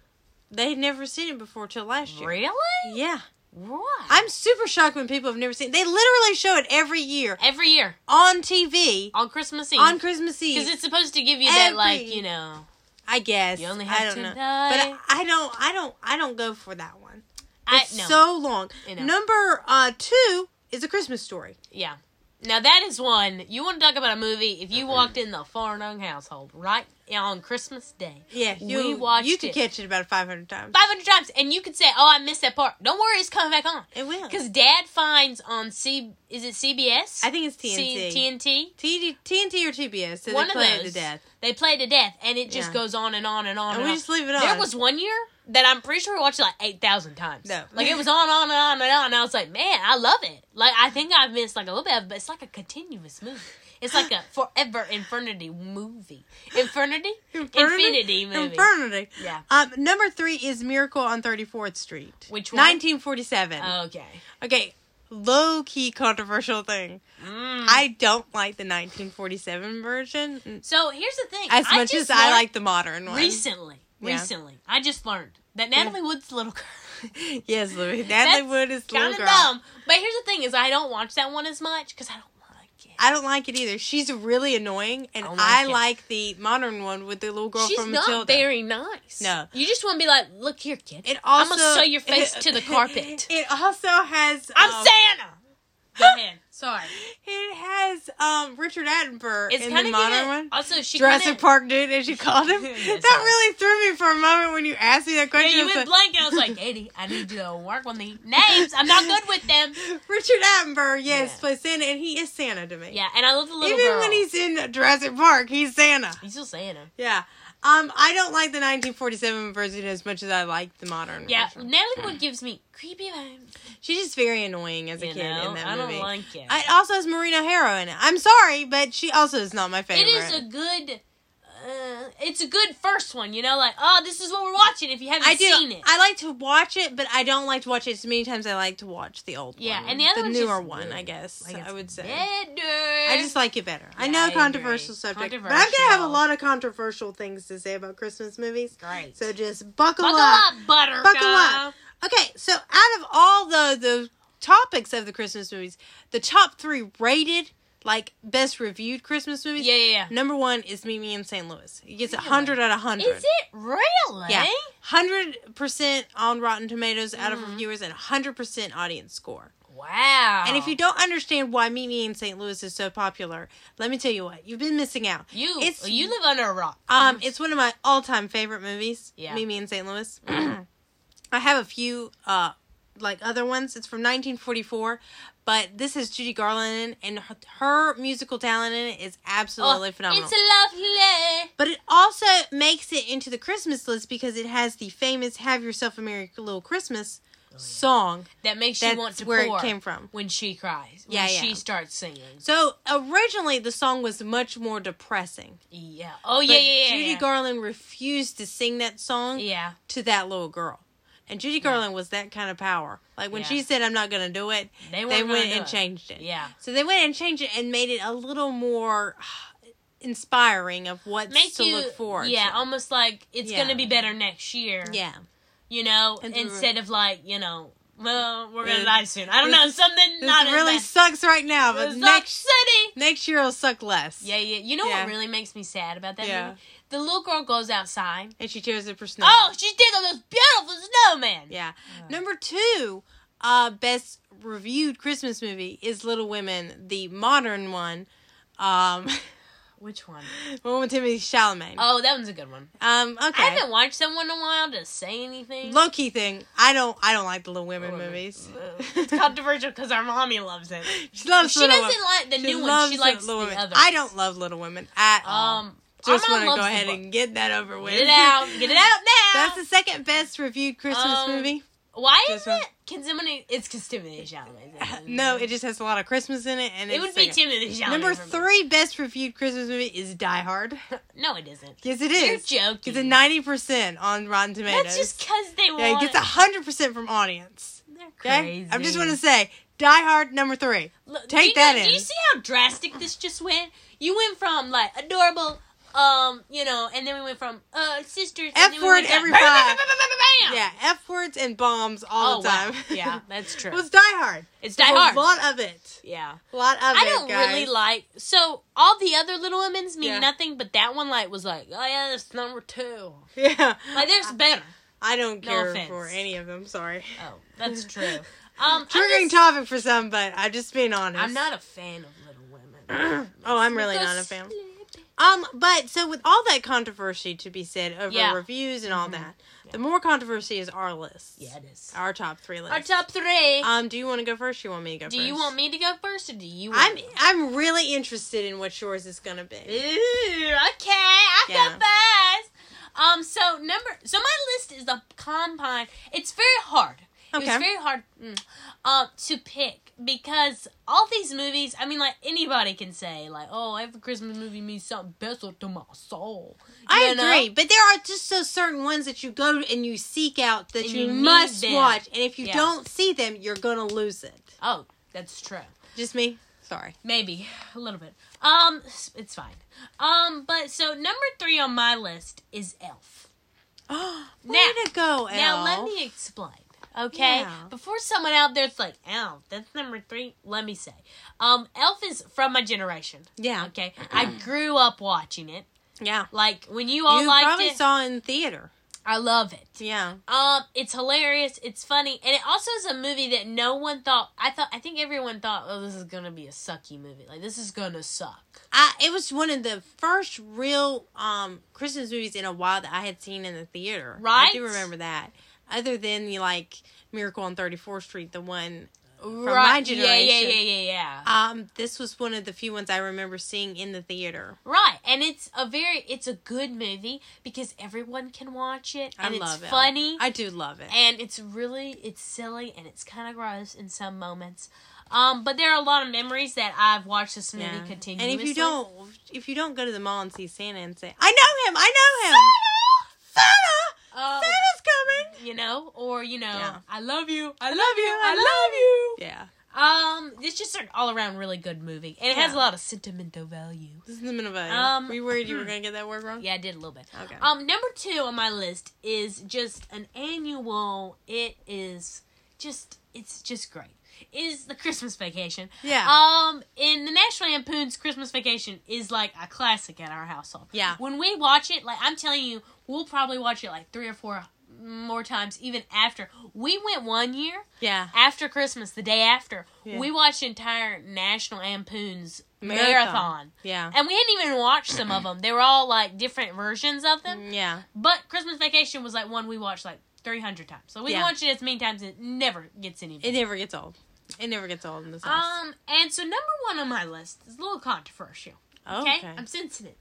they had never seen it before till last
huh.
year.
Really?
Yeah.
Why?
I'm super shocked when people have never seen it. They literally show it every year
every year
on TV
on Christmas Eve.
on Christmas
because
Eve.
it's supposed to give you that,
Every-
like you know,
I guess.
You only
I
have
don't know.
tonight.
But I don't I don't I don't go for that one.
I
It's
no,
so long.
You know.
Number uh two is a Christmas story.
yeah. Now that is one you want to talk about a movie. If you walked in the Farnung household right on Christmas Day,
Yeah,
We
you
watched
you could
it.
catch it about five hundred times.
five hundred times, and you could say, "Oh, I missed that part." Don't worry, it's coming back on.
It will.
Because Dad finds on C is it CBS?
I think it's
C-
TNT.
TNT.
TNT, TNT or TBS. So
One
they
of
play it to
those.
death.
They play to death, and it just
Yeah.
goes on and on and on.
And
And,
we
on.
just leave it on.
There was one year that I'm pretty sure we watched it like 8,000 times.
No.
Like it was on, on, and on, and on. And I was like, man, I love it. Like I think I've missed like a little bit of it, but it's like a continuous movie. It's like a forever infinity movie. Infinity? Infinity movie.
Infernity.
Yeah.
Um, number three is Miracle on 34th Street.
Which one? Oh.
1947.
Okay.
Okay. Low key controversial thing.
Mm.
I don't like the 1947 version
so here's the thing.
as
I
much as
just
I
learned
like the modern one.
Recently.
Yeah.
Recently. I just learned that Natalie Wood's little girl.
yes, Louis. Natalie
That's
Wood is the
kind
little
of
girl.
dumb. But here's the thing is I don't watch that one as much because I don't like it.
I don't like it either. She's really annoying, and
I
I
don't
like,
like it.
the modern one with the little girl
She's
from
not
Matilda.
very nice.
No.
you just want to be like, look here, kid.
It also
I'm gonna sew your face to the carpet.
It also has
I'm
um,
Santa. Go ahead. Sorry,
It has um Richard Attenborough
it's
in
kind
the
of
modern one.
Also, she
Jurassic
kinda,
Park dude, as you called him.
Yes,
that
I-
really threw me for a moment when you asked me that
Yeah,
question.
you
I was
went
like,
blank, and I was like, Katie, I need you to work on the names. I'm not good with them.
Richard Attenborough, yes,
Yeah.
plays Santa, and he is Santa to me.
Yeah, and I love the little
Even
girl.
when he's in Jurassic Park, he's Santa.
he's still Santa.
Yeah. Um, I don't like the 1947 version as much as I like the modern
Yeah,
version.
Natalie Wood gives me creepy vibes.
She's just very annoying as a
You
kid
know,
in that
I
movie.
don't like it.
It also has Marina Harrow in it. I'm sorry, but she also is not my
it
favorite.
is a good. Uh, it's a good first one, you know, like oh, this is what we're watching. If you haven't
I do.
seen it,
I like to watch it, but I don't like to watch it as many times. as I like to watch the old
Yeah,
one.
and the other one's
newer
just
one,
good.
I guess
Like, it's
I would say.
Better.
I just like it better. I
Yeah,
know
I agree.
controversial subject, but I'm gonna have a
Controversial.
lot of controversial things to say about Christmas movies.
Great.
So just buckle,
Buckle up, Buttercup.
Buckle up. Okay, so out of all the the topics of the Christmas movies, the top three rated like best reviewed Christmas movies.
Yeah, yeah, yeah.
Number one is Mimi in St. Louis. It gets a
Really?
hundred out of hundred.
Is it really?
Yeah, hundred percent on Rotten Tomatoes out
Mm-hmm.
of reviewers and hundred percent audience score.
Wow.
And if you don't understand why Mimi in St. Louis is so popular, let me tell you what you've been missing out.
you
it's-
you live under a rock.
Um, it's one of my all-time favorite movies.
Yeah.
Mimi in St. Louis. I have a few uh like other ones. It's from 1944, but this has Judy Garland in, it, and her, her musical talent in it is absolutely
Oh,
phenomenal.
It's a lovely.
but it also makes it into the Christmas list because it has the famous "Have Yourself a Merry Little Christmas" song.
That makes
That's
you want to
where
pour
it came from.
when she cries. When
Yeah, yeah.
she starts singing.
So originally, the song was much more depressing.
Yeah. Oh
But
yeah, yeah, yeah.
Judy
yeah.
Garland refused to sing that song.
yeah.
to that little girl. And Judy Garland was that kind of power. Like when
Yeah.
she said, "I'm not going to do it,"
They
they,
weren't gonna
went
do
and
it.
changed it.
Yeah.
So they went and changed it and made it a little more inspiring of what
Make
to
you
look forward.
Yeah,
to.
almost like it's
Yeah.
gonna be better next year.
yeah.
You know,
And we were-
instead of like you know, well, we're gonna
It-
die soon. I don't
this
know
is-
something
This
not
really
as
sucks right now,
bad.
but
It's not
next
city.
next year it'll suck less.
Yeah, yeah. You know
Yeah.
what really makes me sad about that
Yeah.
movie? The little girl goes outside.
And she tears up her snow.
Oh, she did all those beautiful snowmen.
yeah. Number two, uh, best reviewed Christmas movie is Little Women, the modern one, um,
Which one?
one with Timothy Chalamet.
Oh, that one's a good one.
um, okay.
I haven't watched someone in a while to say anything.
low key thing. I don't. I don't like the Little Women
Little Women.
movies.
It's controversial because our mommy loves it.
she loves
She
Little
doesn't
Women.
like the new one.
loves
She likes the
Little Women.
other.
I don't love Little Women at all.
Um,
Just
our
want
mom
to go
loves the
ahead
book.
and get that over with.
get it out. Get it out now.
That's the second best reviewed Christmas
Um,
movie.
Why
this
is
one.
it? Can somebody? It's because Timothy Chalamet.
No, it just has a lot of Christmas in it, and
it
it's
would be
second.
Timothy Chalamet.
Number
for me.
three best reviewed Christmas movie is Die Hard.
No, it isn't.
Yes, it
You're
is.
joking.
It's a ninety percent on Rotten Tomatoes.
That's just because they want.
yeah, it gets
it.
hundred percent from audience.
They're
Okay,
crazy.
I'm just want to say Die Hard number three.
Look,
take
do you
that
know- Do you
in.
see how drastic this just went? You went from like adorable, um, you know, and then we went from uh sisters. and then we
F-word
went to-
every
bam, bam,
five.
bam, bam, bam, bam, bam.
Yeah, F words and bombs all
oh
the time.
wow. yeah, that's true.
it was Die Hard.
it's Die
There's
Hard.
A lot of it.
yeah,
A lot of it.
I don't
guys.
really like. So all the other Little Women's mean
Yeah.
nothing, but that one like was like, oh yeah, that's number two.
Yeah,
Like there's better.
I don't
No
care
offense.
for any of them. Sorry.
Oh, that's true. Um, I'm,
Triggering
just-
topic for some, but I'm just being honest.
I'm not a fan of Little Women.
Oh, I'm really not a fan. Um, but so with all that controversy to be said over
Yeah.
reviews and all that,
Mm-hmm. Yeah.
the more controversy is our list.
Yeah, it is.
Our top three list.
Our top three.
um, do you want to go first? You want me to go
Do
first?
you want me to go first, or do you? Want
I'm
me?
I'm really interested in what yours is gonna
Ooh,
be.
okay. I
Yeah.
go first. Um, so number, so my list is the combine. It's very hard. It
Okay.
was very hard, mm, um, to pick because all these movies. I mean, like anybody can say, like, "Oh, every Christmas movie means something special to my soul."
I
You know?
agree, but there are just so certain ones that you go and you seek out that
And
you,
you need
must
them.
watch, and if you
Yeah.
don't see them, you're gonna lose it.
Oh, that's true.
Just me. Sorry.
Maybe a little bit. Um, s- it's fine. Um, but so number three on my list is Elf.
Oh, way
Now-
to go, Elle.
Now let me explain. Okay,
Yeah.
before someone out there's like, "Elf, that's number three. Let me say, um, Elf is from my generation.
Yeah,
Okay, I grew up watching it.
yeah.
Like when you all
you
liked
probably
it,
saw in theater.
I love it.
Yeah,
Um, it's hilarious. It's funny, and it also is a movie that no one thought. I thought. I think everyone thought, "Oh, this is gonna be a sucky movie. Like this is gonna suck."
I. It was one of the first real um Christmas movies in a while that I had seen in the theater. I do
Right?
remember that. Other than the like Miracle on Thirty Fourth Street, the one my
Yeah, yeah,
generation.
yeah, yeah, yeah.
Um, this was one of the few ones I remember seeing in the theater.
Right, and it's a very it's a good movie because everyone can watch it
I
and it's
love it.
funny
I do love it.
and it's really it's silly and it's kind of gross in some moments. Um but there are a lot of memories that I've watched this movie
Yeah.
continuously.
And if you don't, if you don't go to the mall and see Santa and say, "I know him, I know him," Oh. Santa,
uh,
Santa's coming.
you know, or you know,
Yeah.
I love you, I love
you,
you,
I
I love you.
Yeah,
Um, it's just an all around really good movie, and it has
Yeah.
a lot of sentimental value.
this is the middle of it.
Um,
Were you worried you were gonna get that word wrong?
Yeah, I did a little bit.
Okay.
Um, number two on my list is just an annual. It is just it's just great. is the Christmas Vacation.
Yeah.
Um, and the National Lampoon's Christmas Vacation is like a classic at our household.
Yeah.
When we watch it, like I'm telling you, we'll probably watch it like three or four more times even after. We went one year
Yeah.
after Christmas, the day after.
Yeah.
We watched the entire National Lampoon's
Marathon.
marathon.
Yeah.
And we hadn't even watched some of them. They were all like different versions of them.
Yeah.
But Christmas Vacation was like one we watched like 300 times. So we
Yeah.
watched it as many times it never gets any
It
better.
never gets old. It never gets old in this house.
Um, and so number one on my list is a little controversial. Okay,
Oh, okay.
I'm sensitive.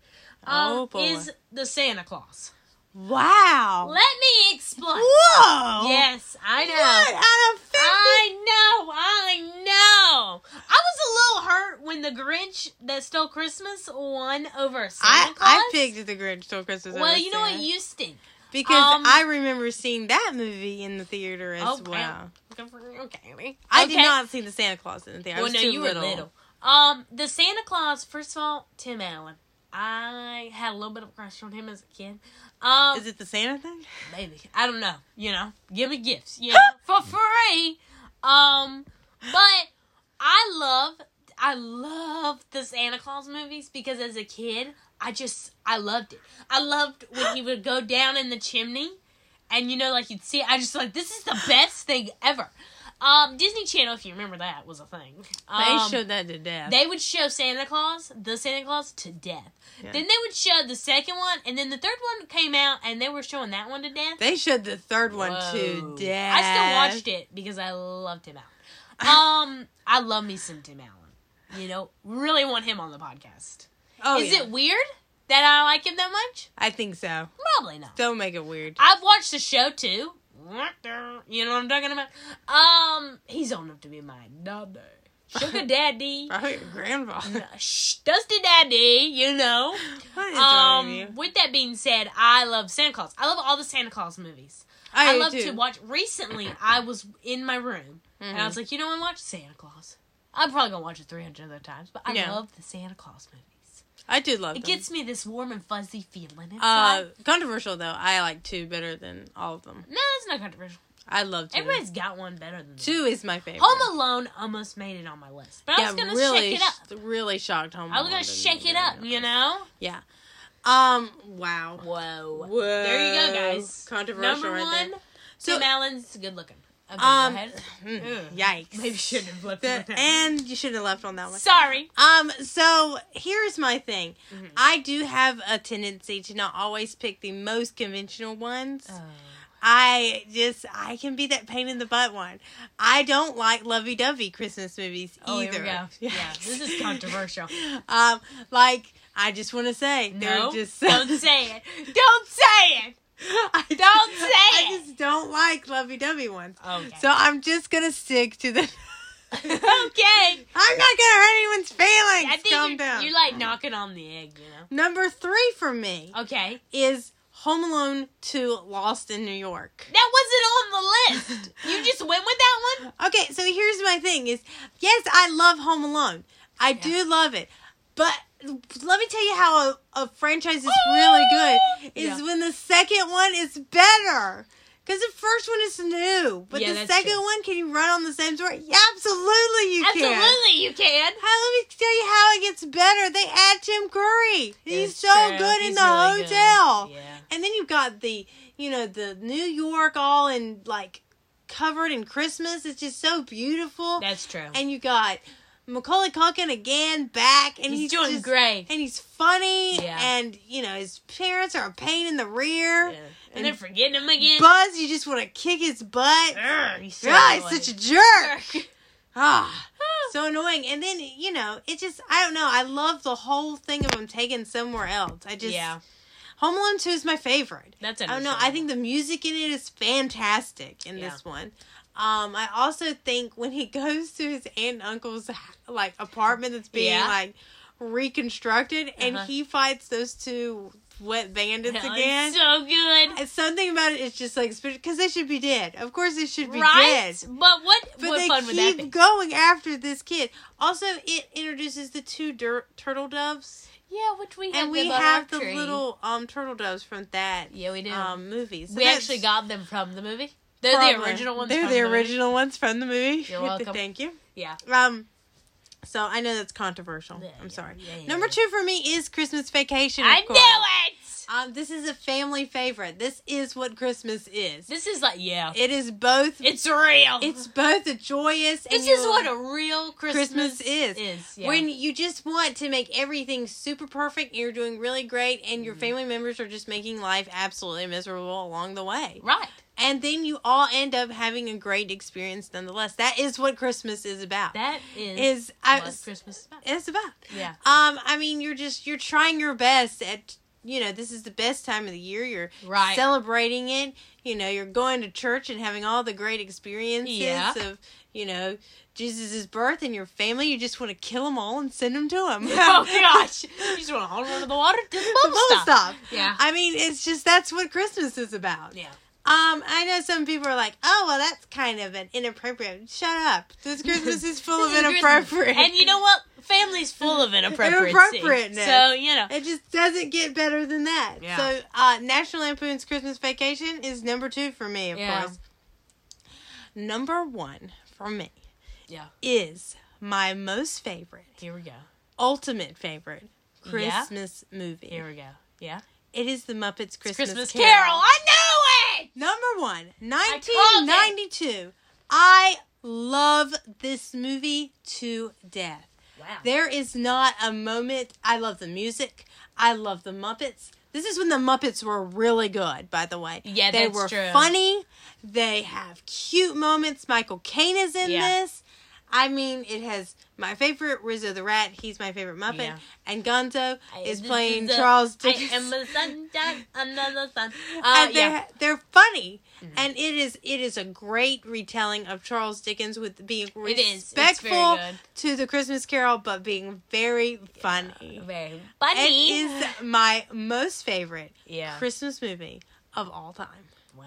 Um,
Oh, boy.
Is the Santa Claus?
Wow.
Let me explain.
Whoa.
Yes, I know.
What out of fifty?
I know, I know. I was a little hurt when the Grinch that stole Christmas won over Santa
I,
Claus.
I picked the Grinch Stole Christmas.
Well,
over
you know what?
Santa.
You stink.
because
um,
I remember seeing that movie in the theater as
Okay.
well.
Okay.
I did
Okay.
not see the Santa Claus in the theater. I
Well,
was
no,
too
you
little.
were little. Um, the Santa Claus. First of all, Tim Allen. I had a little bit of a crush on him as a kid. Um,
Is it the Santa thing?
maybe I don't know. You know, give me gifts. You know, for free. Um, but I love, I love the Santa Claus movies because as a kid, I just I loved it. I loved when he would go down in the chimney, and you know, like you'd see. I just like this is the best thing ever. Um, Disney Channel, if you remember that, was a thing. Um,
they showed that to death.
they would show Santa Claus, the Santa Claus, to death.
Yeah.
Then they would show the second one, and then the third one came out, and they were showing that one to death.
They showed the third one
Whoa.
to death.
I still watched it because I loved Tim Allen. Um, I love me some Tim Allen. You know, really want him on the podcast.
Oh,
Is
yeah.
it weird that I like him that much?
I think so.
Probably not.
Don't make it weird.
I've watched the show too. You know what I'm talking about? Um, he's on up to be my daddy, sugar daddy,
I your grandpa.
Shh, dusty daddy. You know.
What is wrong
Um,
with you?
with that being said, I love Santa Claus. I love all the Santa Claus movies.
I,
I
do
love
too. Mm-hmm.
to watch. Recently, I was in my room and I was like, you know, I watch Santa Claus. I'm probably gonna watch it 300 other times, but I
Yeah.
love the Santa Claus movies.
I do love
It
them.
gets me this warm and fuzzy feeling
uh,
inside.
controversial though. I like two better than all of them.
no, that's not controversial.
I love two.
Everybody's got one better than two.
two is my favorite.
Home Alone almost made it on my list, but I was gonna
really,
shake it up.
really shocked Home.
I was
Alone
gonna
didn't
shake it
really
up,
know.
you know.
Yeah. Um. Wow.
Whoa.
Whoa.
There you go, guys.
Controversial
Number
right
one,
there. So-
Tim Allen's good looking. Okay,
Um,
go ahead.
mm,
Ugh.
yikes.
Maybe shouldn't have left
The-
it on that.
and you should have left on that one.
Sorry.
Um, so here's my thing.
Mm-hmm.
I do have a tendency to not always pick the most conventional ones.
Oh.
I just I can be that pain in the butt one. I don't like lovey dovey Christmas movies
oh,
either.
here we go. Yeah, this is controversial.
um, like I just want to say
No,
they're just
don't say it. Don't say it.
I don't
say
I
it.
just don't like lovey dovey ones.
Okay.
So I'm just gonna stick to the.
okay.
I'm not gonna hurt anyone's feelings.
I think
Calm
you're,
down.
you're like knocking on the egg, you know.
Number three for me
Okay,
is Home Alone 2 Lost in New York.
that wasn't on the list. You just went with that one.
Okay, so here's my thing is yes, I love Home Alone. I do love it. But let me tell you how a, a franchise is really good is
Yeah.
when the second one is better. Because the first one is new, but
Yeah,
the
that's
second
true.
one, can you run on the same story? Yeah, absolutely you can.
Absolutely, you can.
How let me tell you how it gets better. They add Tim Curry. He's
It's
so
true.
good in
He's
the
really good.
hotel.
Yeah.
And then you've got the, you know, the New York all in like covered in Christmas. It's just so beautiful.
That's true.
and you got Macaulay Culkin again back, and
he's,
he's,
doing
just-
great.
And he's funny,
Yeah.
and you know his parents are a pain in the rear.
Yeah. And, they're forgetting him again.
Buzz, you just want to kick his butt.
Ugh, he's so
God, he's
annoying.
such a
Ugh.
jerk. Ah, so annoying. And then you know, it just I don't know. I love the whole thing of them taken somewhere else. I just
yeah,
Home Alone Two is my favorite.
that's
I don't know. Oh, I think the music in it is fantastic in
Yeah.
this one. Um, I also think when he goes to his aunt and uncle's like apartment that's being
Yeah.
like reconstructed, and
Uh-huh.
he fights those two wet bandits
Yeah,
again.
It's so good.
and something about it is just like because they should be dead. Of course, they should be
Right?
dead.
But what
But
what
they
fun would that
keep
be?
going after this kid. Also, it introduces the two dur- turtle doves,
Yeah, which we have
and we
them on
have
our
the
tree.
little um turtle doves from that
Yeah, we do.
um movie. So
we
that's-
actually got them from the movie. They're the
Probably.
original ones.
They're
from
the
movie.
original ones from the movie.
You're welcome.
Thank you.
Yeah.
Um, so I know that's controversial.
Yeah, yeah,
I'm sorry.
yeah, yeah,
Number
yeah.
two for me is Christmas Vacation. of
I
course.
knew it.
Um, this is a family favorite. This is what Christmas is.
This is like yeah.
It is both.
It's real.
It's both a joyous. and
this is
you'll-
what a real Christmas,
Christmas is.
Is yeah.
When you just want to make everything super perfect, and you're doing really great, and
Mm-hmm.
your family members are just making life absolutely miserable along the way.
right.
And then you all end up having a great experience nonetheless. That is what Christmas is about.
That is,
is I,
what Christmas is about.
it's about.
Yeah.
Um, I mean, you're just you're trying your best at you know this is the best time of the year. You're
Right.
celebrating it. You know, you're going to church and having all the great experiences
Yeah.
of you know Jesus' birth and your family. You just want to kill them all and send them to him.
oh gosh. You just want to hold on to the water till the
The
bubble
bubble
stop.
stop.
Yeah.
I mean, it's just that's what Christmas is about.
Yeah.
Um, I know some people are like, "Oh, well, that's kind of an inappropriate." Shut up! This Christmas is full of
This is Christmas.
inappropriate.
And you know what? Family's full of inappropriacy.
Inappropriateness.
So, you know.
It just doesn't get better than that.
Yeah.
So, uh, National Lampoon's Christmas Vacation is number two for me, of
Yeah.
course. Number one for me
Yeah.
is my most favorite,
Here we go.
ultimate favorite
Yeah.
Christmas movie.
Here we go. Yeah.
It is The Muppets
It's
Christmas,
Christmas Carol. I knew it.
Number one,
called it.
1992. I love this movie to death.
Wow.
There is not a moment. I love the music. I love the Muppets. This is when the Muppets were really good, by the way.
Yeah,
they
that's
were
true.
funny. They have cute moments. Michael Caine is in
Yeah.
this. I mean, it has my favorite Rizzo the Rat. He's my favorite Muppet,
Yeah.
and Gonzo
I-
is
this
playing
the-
Charles
I
Dickens.
am the sunshine. I'm the sun. Uh,
and they're,
yeah. Mm-hmm.
they're funny, and it is it is a great retelling of Charles Dickens with being
It is. It's
respectful
very good.
to the Christmas Carol, but being very funny.
Very
It
funny.
is my most favorite
yeah.
Christmas movie of all time.
wow.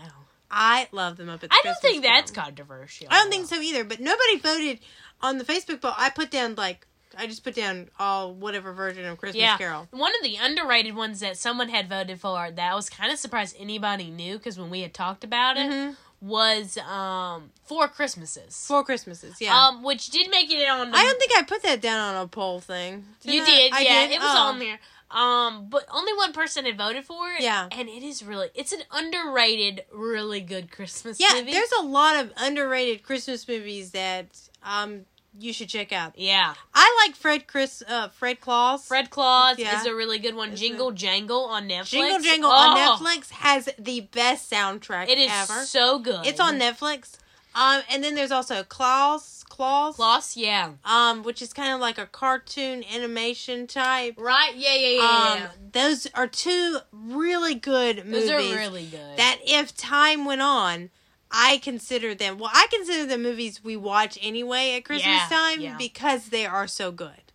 I love the Muppets.
I don't
Christmas
think that's
Carol.
controversial.
I don't think so either. But nobody voted on the Facebook poll. I put down like I just put down all whatever version of Christmas
Yeah.
Carol.
One of the underrated ones that someone had voted for that I was kind of surprised anybody knew because when we had talked about it
Mhm.
was um Mm-hmm. Four Christmases.
Four Christmases. Yeah.
Um, which did make it on. The,
I don't think I put that down on a poll thing.
you
I?
did.
I
yeah, it was
Oh.
on there. Um, but only one person had voted for it.
Yeah.
and it is really it's an underrated, really good Christmas
Yeah,
movie.
there's a lot of underrated Christmas movies that um you should check out.
yeah,
I like Fred Chris uh Fred Claus.
Fred Claus
Yeah.
is a really good one.
It's
Jingle Jangle on Netflix.
Jingle Jangle
Oh,
on Netflix has the best soundtrack
It is
ever.
so good.
It's on Netflix. Um, and then there's also Claus, Claus,
Floss, yeah.
um, which is kind of like a cartoon animation type.
Right? Yeah, yeah, yeah, yeah,
Um,
yeah.
those are two really good movies
Those are really good.
that, if time went on, I consider them. Well, I consider the movies we watch anyway at Christmas
Yeah,
time
yeah.
because they are so good.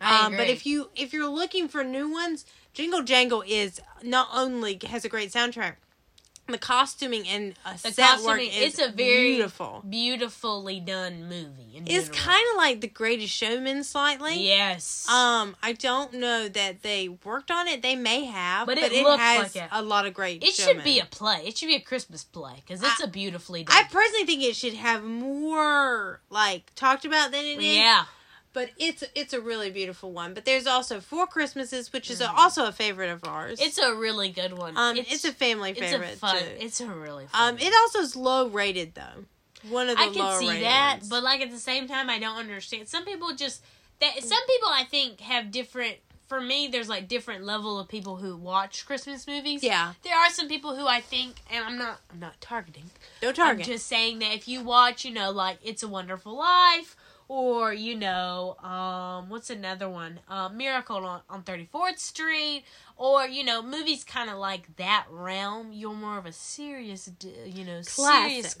I
Um, but
agree.
if you if you're looking for new ones, Jingle Jangle is not only has a great soundtrack, the costuming and uh,
The
set work
costuming-
is
it's a very
beautiful.
beautifully done movie. in
It's
general.
kind of like The Greatest Showman slightly.
yes.
Um, I don't know that they worked on it. They may have, but
But
it,
it looks
has
like it.
a lot of great.
it
showmen.
should be a play. It should be a Christmas play because it's
I-
a beautifully
I
done.
personally think it should have more like talked about than it is.
yeah,
But it's it's a really beautiful one. But there's also Four Christmases, which is also a favorite of ours.
Mm. it's a really good one.
Um, it's, a family
it's a
favorite
fun.
too.
It's a really fun.
Um, it also is low rated though. One of the
I can
lower
see
rated
that,
ones.
but like at the same time, I don't understand. Some people just that. Some people I think have different. For me, there's like different level of people who watch Christmas movies.
yeah,
There are some people who I think, and I'm not, I'm not targeting.
no target.
I'm just saying that if you watch, you know, like It's a Wonderful Life, or you know, um, what's another one? Uh, Miracle on on Thirty Fourth Street, or you know, movies kind of like that realm. You're more of a serious, d- you know, serious
Classic.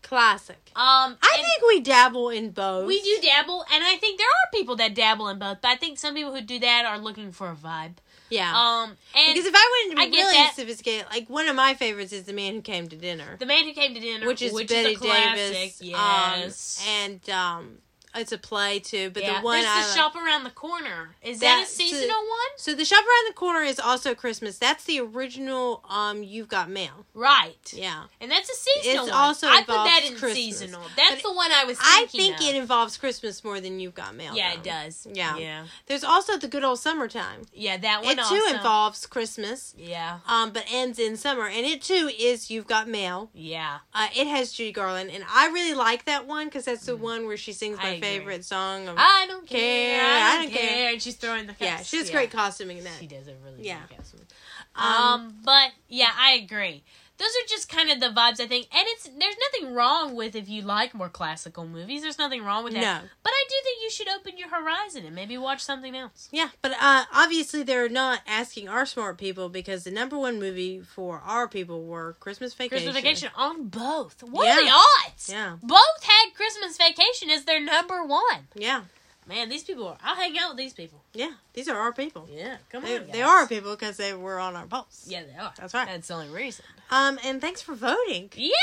classic.
Classic.
Um,
I
and
think we dabble in both.
we do dabble, and I think there are people that dabble in both, but I think some people who do that are looking for a vibe.
Yeah.
Um, and
because if I went
I get
really
that.
sophisticated, like one of my favorites is the man who came to dinner,
the man who came to dinner,
which is um,
which
Betty
a classic,
Davis.
yes,
Um, and um, it's a play too, but
yeah.
the one
There's
I
the
like-
shop around the corner. Is that, a
That's a-
seasonal one?
So the shop around the corner is also Christmas. That's the original. Um, you've got mail.
Right.
Yeah,
And that's a seasonal
It's
one.
also
I put
involves
that in
Christmas.
seasonal. That's
But
the one I was
I
thinking.
think it involves Christmas more than you've got mail.
Yeah,
though.
it does.
Yeah.
Yeah.
There's also the good old summertime.
Yeah, that one
It too
also.
involves Christmas,
Yeah.
um, but ends in summer, and it too is you've got mail.
Yeah.
Uh, it has Judy Garland, and I really like that one because that's the one where she sings
Mm. I
my
agree.
favorite song. Of,
I don't care.
Care,
I
I
don't
don't care.
care. And she's throwing the cups.
yeah, she has great costuming in that.
She does a really
Yeah.
good costume.
Um,
Um, but yeah, I agree. Those are just kind of the vibes I think, and it's there's nothing wrong with if you like more classical movies. There's nothing wrong with that.
No.
But I do think you should open your horizon and maybe watch something else.
yeah, but uh, obviously they're not asking our smart people because the number one movie for our people were Christmas Vacation.
Christmas Vacation on both. What are
Yeah.
the odds?
Yeah.
Both had Christmas Vacation as their number one.
Yeah,
Man, these people are. I'll hang out with these people.
yeah, these are our people.
Yeah, come
They,
on.
they
guys.
are our people because they were on our pulse.
Oh, Yeah, they are.
That's right.
That's the only reason.
Um, and thanks for voting.
Yeah.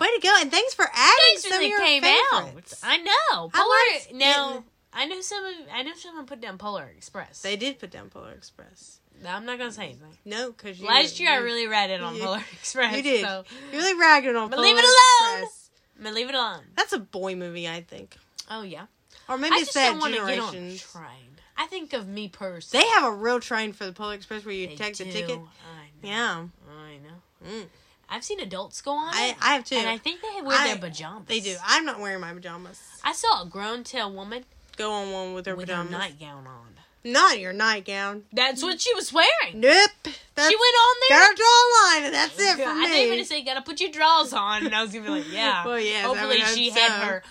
Way to go, and thanks for adding
Thanks
some
when
of
they
your
came
favorites.
out. I know. Polar
I like
now.
getting-
I know some. Of, I know someone put down Polar Express.
They did put down Polar Express.
I'm not gonna say anything.
No, because
Last year I really ratted on
you-
Polar Express.
you did.
So
You're really ragging on.
But
Polar
leave it alone!
Express.
I'm gonna leave it alone.
That's a boy movie, I think,
Oh yeah.
or maybe
I
it's
just don't
that
want to get on a
generation.
train. I think of me personally.
They have a real train for the Polar Express where you take the
do.
ticket.
I know.
Yeah,
I know.
Mm.
I've seen adults go on
I
it,
I have too.
and I think they wear
I-
their pajamas.
they do. I'm not wearing my pajamas.
I saw a grown tail woman
Go on one with her
with
pajamas.
her nightgown on.
Not your nightgown.
That's what she was wearing.
Nope. That's,
She went on there.
gotta draw a line, and that's it for
I
me.
thought you were gonna say gotta put your drawers on, and I was gonna be like, yeah.
Well, yes, I
Hopefully
would hope
she had
so.
her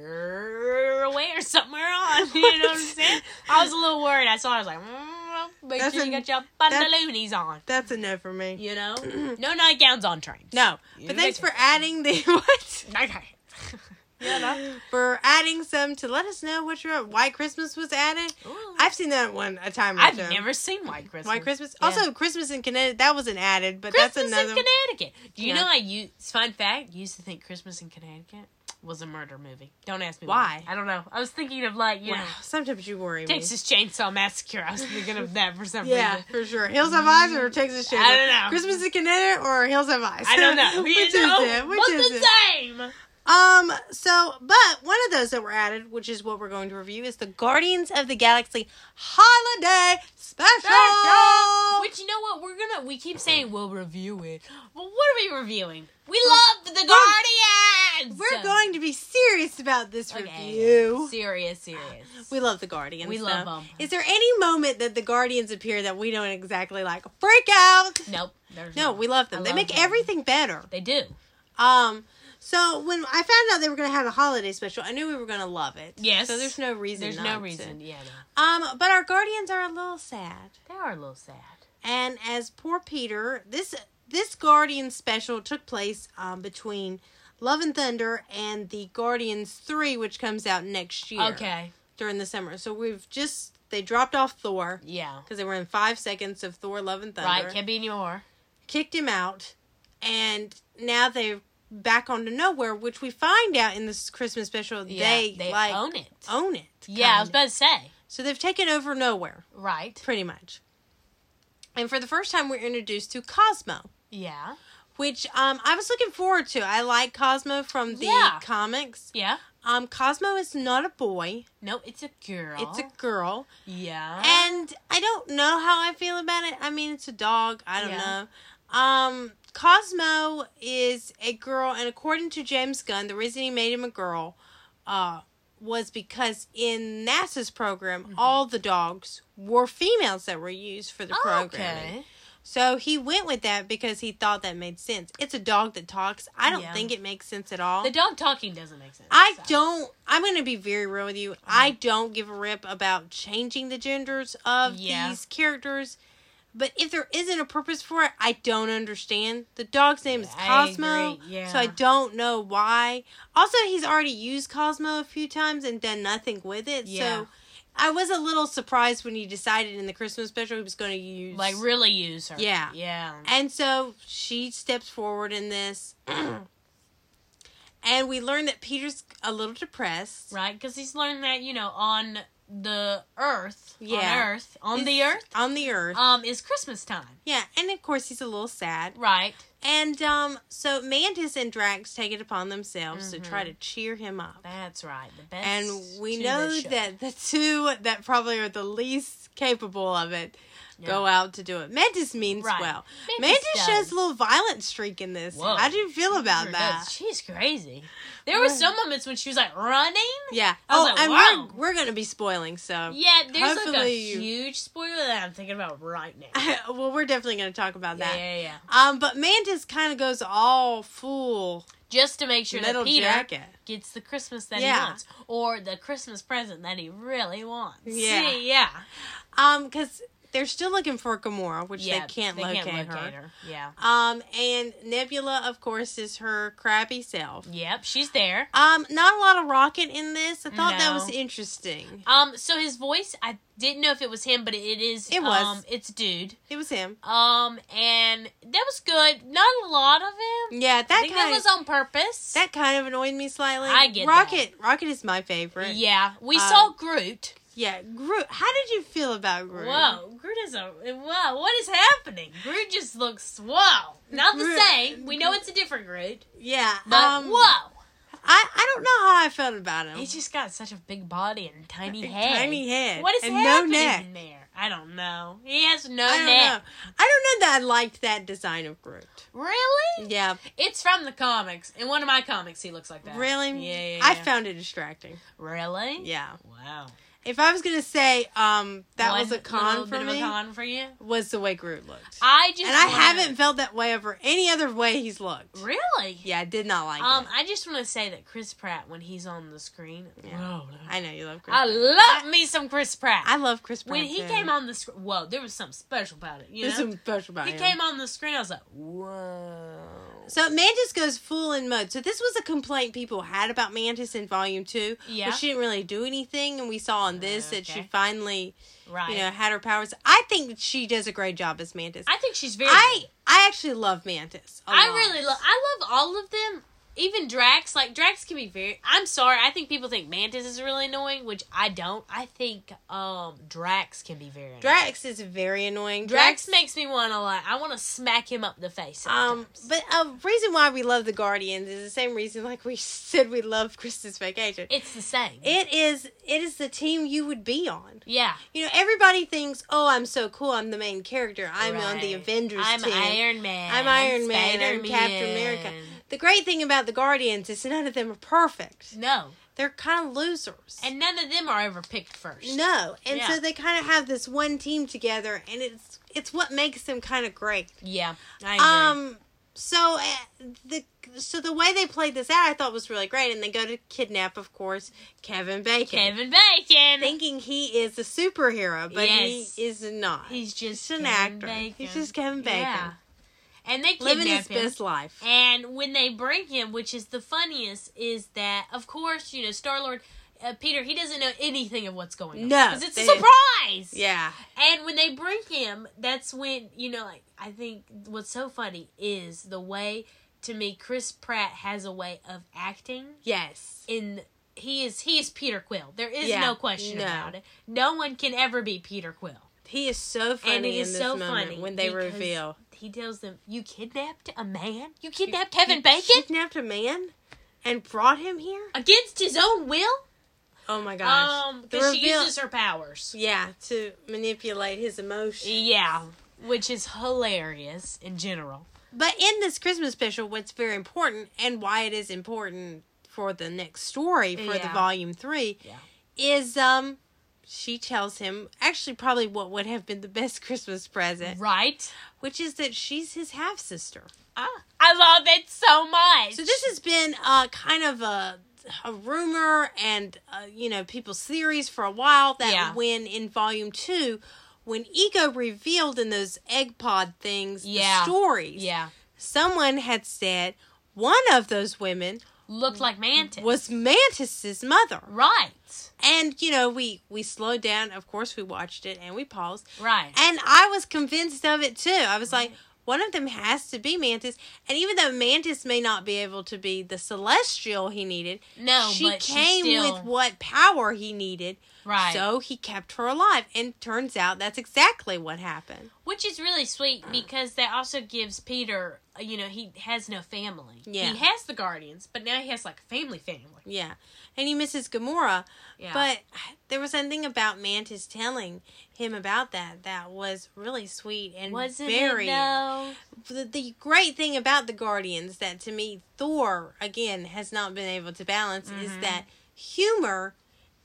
underwear somewhere on. You know what I'm saying? I was a little worried. I saw. Her, I was like, mm, make
That's
sure you
an-
got your
that's-
pantaloonies on.
That's a no for me.
You know, no nightgowns on trains.
No,
You
but
may
thanks for
take
adding the what?
Okay. yeah. No.
For adding some to let us know what your why Christmas was added.
Ooh.
I've seen that one a time. or
I've
two.
never seen White Christmas.
why Christmas.
Yeah.
Also, Christmas in Connecticut that wasn't added, but
Christmas
that's another.
in Connecticut. Do you
Yeah.
know I use fun fact? Used to think Christmas in Connecticut was a murder movie. Don't ask me
Why?
I don't know. I was thinking of like you
Wow,
know
sometimes you worry me.
Texas Chainsaw Massacre. I was thinking of that for some
yeah,
reason.
for sure. Hills Have Eyes or Texas Chainsaw?
I don't know.
Christmas in Connecticut or Hills Have Eyes?
I don't know.
Which
You
is
know,
it? Which
what's
is
the
it?
same?
Um, so, but one of those that were added, which is what we're going to review, is the Guardians of the Galaxy Holiday Special.
Which you know what? We're gonna we keep saying we'll review it. Well, what are we reviewing? We love the Guardians.
We're going to be serious about this
okay.
review.
Serious, serious.
We love the Guardians.
We
though.
love 'em.
Is there any moment that the Guardians appear that we don't exactly like? Freak out!
nope. there's
No,
not.
we love them.
I
they
love
make
them.
everything better.
They do.
Um, so when I found out they were going to have a holiday special, I knew we were going to love it.
Yes.
So there's no reason.
There's
not
no
to.
reason. Yeah, no.
Um, but our Guardians are a little sad.
they are a little sad.
And as poor Peter, this this Guardian special took place um, between Love and Thunder and the Guardians Three, which comes out next year.
Okay.
During the summer, so we've just they dropped off Thor
Yeah.
because they were in five seconds of Thor: Love and Thunder.
Right. Can't be anymore.
Kicked him out, and now they're back onto nowhere, which we find out in this Christmas special
Yeah,
they,
they
like
own it.
own it.
yeah, I was
kinda.
about to say.
so they've taken over nowhere
Right.
pretty much. And for the first time, we're introduced to Cosmo.
Yeah.
which um I was looking forward to. I like Cosmo from the
Yeah.
comics.
Yeah.
Um Cosmo is not a boy,
No, it's a girl.
it's a girl.
yeah.
And I don't know how I feel about it. I mean, it's a dog, I don't
Yeah.
know. Um Cosmo is a girl and according to James Gunn, the reason he made him a girl uh was because in NASA's program, all the dogs were females that were used for the
Mm-hmm. Oh,
program.
okay.
So he went with that because he thought that made sense. It's a dog that talks. I don't
Yeah.
think it makes sense at all.
The dog talking doesn't make sense.
I
so. Uh-huh.
don't. I'm going to be very real with you. I don't give a rip about changing the genders of
Yeah.
these characters. But if there isn't a purpose for it, I don't understand. The dog's name is
I
Cosmo,
agree, yeah.
so I don't know why. Also, he's already used Cosmo a few times and done nothing with it.
Yeah.
So I was a little surprised when he decided in the Christmas special he was going to use
like really use her.
Yeah.
Yeah.
and so she steps forward in this. and we learn that Peter's a little depressed.
right? Because he's learned that you know on the Earth,
Yeah.
on Earth, on the
He's
Earth,
On the earth.
um, is Christmas time,
yeah, and of course he's a little sad.
right?
And um, so Mantis and Drax take it upon themselves
Mhm.
to try to cheer him up.
That's right. The best.
And we
two
know
show.
that the two that probably are the least capable of it
Yeah.
go out to do it. Mantis means
Right.
well.
Mantis
Mantis shows
does.
a little violent streak in this.
Whoa.
How do you feel about
Sure
that?
does. She's crazy. There were some moments when she was like running.
Yeah.
I
Oh,
was like,
and
wow.
we're we're gonna be spoiling, so
Yeah, there's like a
Hopefully you-
huge spoiler that I'm thinking about right now.
well, we're definitely gonna talk about
Yeah,
that.
yeah, yeah.
Um, but Mantis kind of goes all full
Just to make sure
metal
that Peter
jacket.
gets the Christmas that
Yeah.
he wants, or the Christmas present that he really wants.
Yeah.
See, yeah,
Um, because they're still looking for Gamora, which
yeah.
they, can't, locate her.
Yeah.
Um, and Nebula, of course, is her crappy self.
Yep, she's there.
Um, not a lot of Rocket in this. I thought that
No.
was interesting.
Um, so his voice, I didn't know if it was him, but it is.
It was.
Um, it's dude.
It was him.
Um, and that was good. Not a lot of him.
Yeah,
I
that
think that
kind of
was on purpose.
that kind of annoyed me slightly.
I get that.
Rocket. Rocket is my favorite. Yeah,
Yeah, we
Um,
saw Groot.
Groot. How did you feel about Groot?
Whoa, Groot is a wow. What is happening? Groot just looks whoa. Not the
Groot-
same. We know it's a different Groot,
Yeah.
but
um,
whoa.
I I don't know how I felt about him.
He's just got such a big body and tiny
A
head.
tiny head
What is
and no
happening
neck.
there? I don't know. He has no
I don't know.
neck.
I don't know that I liked that design of Groot.
Really?
Yeah,
It's from the comics. In one of my comics, he looks like that.
really.
Yeah. yeah,
I
yeah.
found it distracting.
Really?
Yeah.
Wow.
If I was gonna say um that
One
was a
little
con for
bit
me,
Of a con for you.
was the way Groot looked,
I just
and I
wanna-
haven't felt that way over any other way he's looked.
really.
Yeah, I did not like.
Um,
it.
I just want to say that Chris Pratt, when he's on the screen,
Yeah.
whoa,
I know you love Chris.
I
Pratt.
love me some Chris Pratt.
I love Chris Pratt.
when he
too.
came on the screen, whoa, there was something special about it. You
There's
know,
some special about
he
him.
came on the screen. I was like, whoa.
So Mantis goes full in mode. So this was a complaint people had about Mantis in Volume Two.
Yeah.
but she didn't really do anything, and we saw in this that she
Okay.
finally,
Right.
you know, had her powers. I think she does a great job as Mantis. I
I think she's very.
I, actually love Mantis. a
I
lot.
really love. I love all of them. Even Drax, like Drax, can be very. I'm sorry. I think people think Mantis is really annoying, which I don't. I think um Drax can be very. annoying.
Drax is very annoying.
Drax makes me want to like. I want to smack him up the face.
Um,
sometimes.
but a reason why we love the Guardians is the same reason like we said we love Christmas Vacation.
it's the same.
It is it is the team you would be on.
yeah.
You know, everybody thinks, "Oh, I'm so cool. I'm the main character. I'm on the
Right.
Avengers
I'm
team."
Iron Man.
I'm Iron Man, I'm Captain America. the great thing about the Guardians is none of them are perfect.
No,
They're kind of losers.
and none of them are ever picked first.
no, and
Yeah.
so they kind of have this one team together, and it's it's what makes them kind of great.
Yeah, I agree.
Um. So uh, the so the way they played this out, I thought was really great, and they go to kidnap, of course, Kevin Bacon,
Kevin Bacon.
thinking he is a superhero, but
Yes.
he is not.
He's just
He's an
Kevin
actor.
Bacon.
He's just Kevin Bacon,
Yeah. And they
living his
kidnap him.
best life.
And when they bring him, which is the funniest, is that of course you know Star Lord. Uh, Peter, he doesn't know anything of what's going on.
No,
because it's a
they-
surprise.
Yeah,
And when they bring him, that's when you know. Like, I think what's so funny is the way to me Chris Pratt has a way of acting
yes,
in he is he is Peter Quill. There is
Yeah,
no question
no.
about it. No one can ever be Peter Quill.
he is so funny
and it is
in this
so
moment
funny
when they
because
reveal
He tells them, "You kidnapped a man. You kidnapped Kevin Bacon
kidnapped a man and brought him here.
against his own will."
Oh my gosh!
Um,
The
because she
reveal-
uses her powers.
yeah, to manipulate his emotions.
Yeah, which is hilarious in general.
But in this Christmas special, what's very important and why it is important for the next story for the
Yeah.
volume three
Yeah.
is um she tells him actually probably what would have been the best Christmas present,
Right?
which is that she's his half sister.
Ah, I love it so much.
So this has been uh kind of a a rumor and uh, you know people's theories for a while that
Yeah.
when in volume two, when Ego revealed in those egg pod things
Yeah.
the stories,
yeah
someone had said one of those women
looked like Mantis.
was Mantis's mother.
right,
And you know, we we slowed down, of course we watched it and we paused.
right.
And I was convinced of it too. I was like, One of them has to be Mantis, and even though Mantis may not be able to be the celestial he needed,
No,
she
but she
came
still-
with what power he needed.
Right.
So he kept her alive, and turns out that's exactly what happened.
Which is really sweet because that also gives Peter, uh, you know, he has no family.
Yeah.
He has the Guardians, but now he has like a family family.
Yeah, and he misses Gamora,
Yeah.
but there was something about Mantis telling him about that that was really sweet and
wasn't
very
it though?
the, the great thing about the Guardians that to me Thor again has not been able to balance
Mm-hmm.
is that humor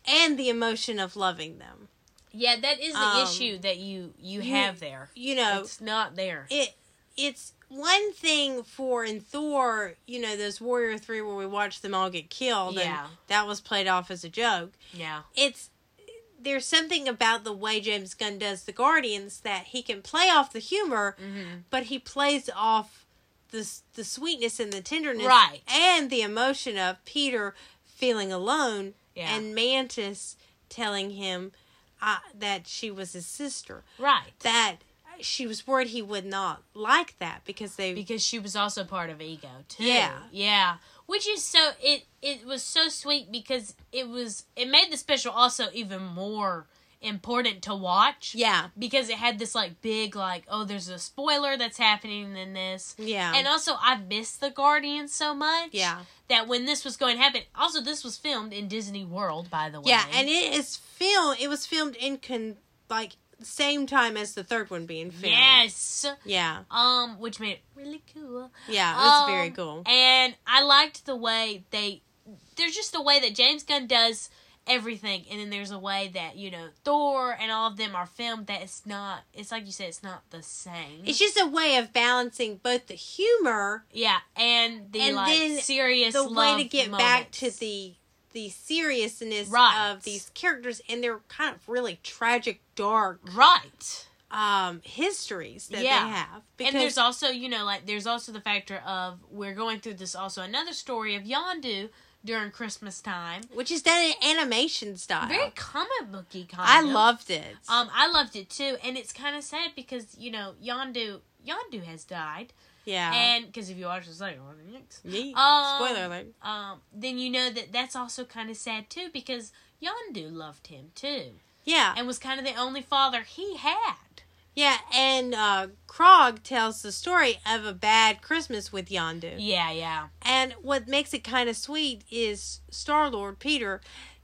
and the emotion of loving them.
Yeah, that is the
Um,
issue that you you
you-
have there.
You know,
It's not there.
it it's one thing for in Thor, you know, those Warrior 3 where we watched them all get killed
Yeah.
and that was played off as a joke.
yeah.
It's there's something about the way James Gunn does the Guardians that he can play off the humor
Mm-hmm.
but he plays off the s- the sweetness and the tenderness,
Right.
and the emotion of Peter feeling alone,
Yeah.
and Mantis telling him uh, that she was his sister,
Right.
that she was worried he would not like that because they
because she was also part of ego too.
Yeah.
yeah. Which is so it it was so sweet because it was it made the special also even more important to watch.
yeah
because it had this like big like oh there's a spoiler that's happening in this
yeah
and also i miss the guardians so much
yeah
that when this was going to happen also this was filmed in disney world by the way
yeah, and it is film. It was filmed in con like same time as the third one being filmed.
yes
yeah,
um which made it really cool
yeah. It was very
Um,
cool.
and i liked the way they there's just the way that james gunn does everything and then there's a way that you know thor and all of them are filmed that it's not it's like you said it's not the same
It's just a way of balancing both the humor.
Yeah, and the
And
like
then
serious
the way
love
to get back
moments.
to the the seriousness
Right.
of these characters and their kind of really tragic, dark
right.
um, histories that
Yeah.
they have.
and there's also you know like there's also the factor of we're going through this also another story of Yondu during Christmas time.
which is done in animation style.
Very comic booky kind.
I
of.
loved it.
Um, I loved it too, and it's kind of sad because you know Yondu Yondu has died,
yeah.
and because if you watch the second one, yikes.
Yeet.
um,
Spoiler alert.
um, then you know that that's also kind of sad too because Yondu loved him too,
Yeah.
and was kind of the only father he had.
yeah. And uh, Krog tells the story of a bad Christmas with Yondu.
Yeah, yeah.
And what makes it kind of sweet is Star Lord Peter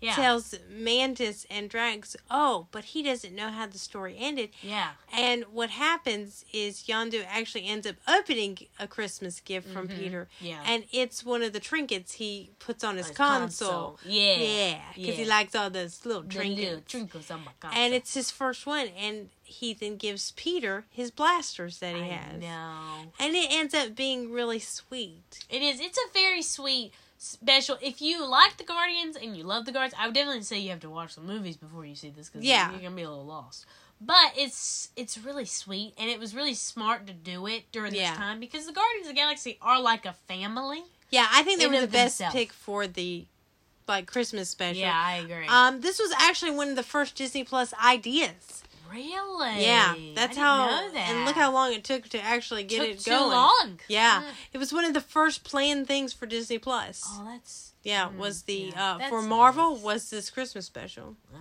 Yeah.
tells Mantis and Drax, "Oh, but he doesn't know how the story ended."
Yeah.
And what happens is Yondu actually ends up opening a Christmas gift from
Mhm.
Peter,
Yeah.
and it's one of the trinkets he puts on his,
His
console.
Yeah.
Yeah, because he
Yeah.
likes all those little
The
trinkets.
little trinkets on Oh my console.
and it's his first one, and he then gives Peter his blasters that he has,
No.
and it ends up being really sweet.
It is. It's a very sweet special. If you like the Guardians and you love the Guardians, I would definitely say you have to watch the movies before you see this because
Yeah.
you're gonna be a little lost. But it's it's really sweet, and it was really smart to do it during
Yeah.
this time because the Guardians of the Galaxy are like a family.
Yeah, I think they
in
were the
of
best
themselves.
pick for the like Christmas special.
Yeah, I agree.
Um, this was actually one of the first Disney Plus ideas.
really?
yeah,
I
that's
didn't
how.
Know that.
And look how long it took to actually get
Took
it
too
going.
long.
Yeah,
Mm.
it was one of the first planned things for Disney Plus.
Oh, that's
yeah,
mm,
was the
yeah,
uh, for
that's
Marvel
nice.
was this Christmas special.
oh,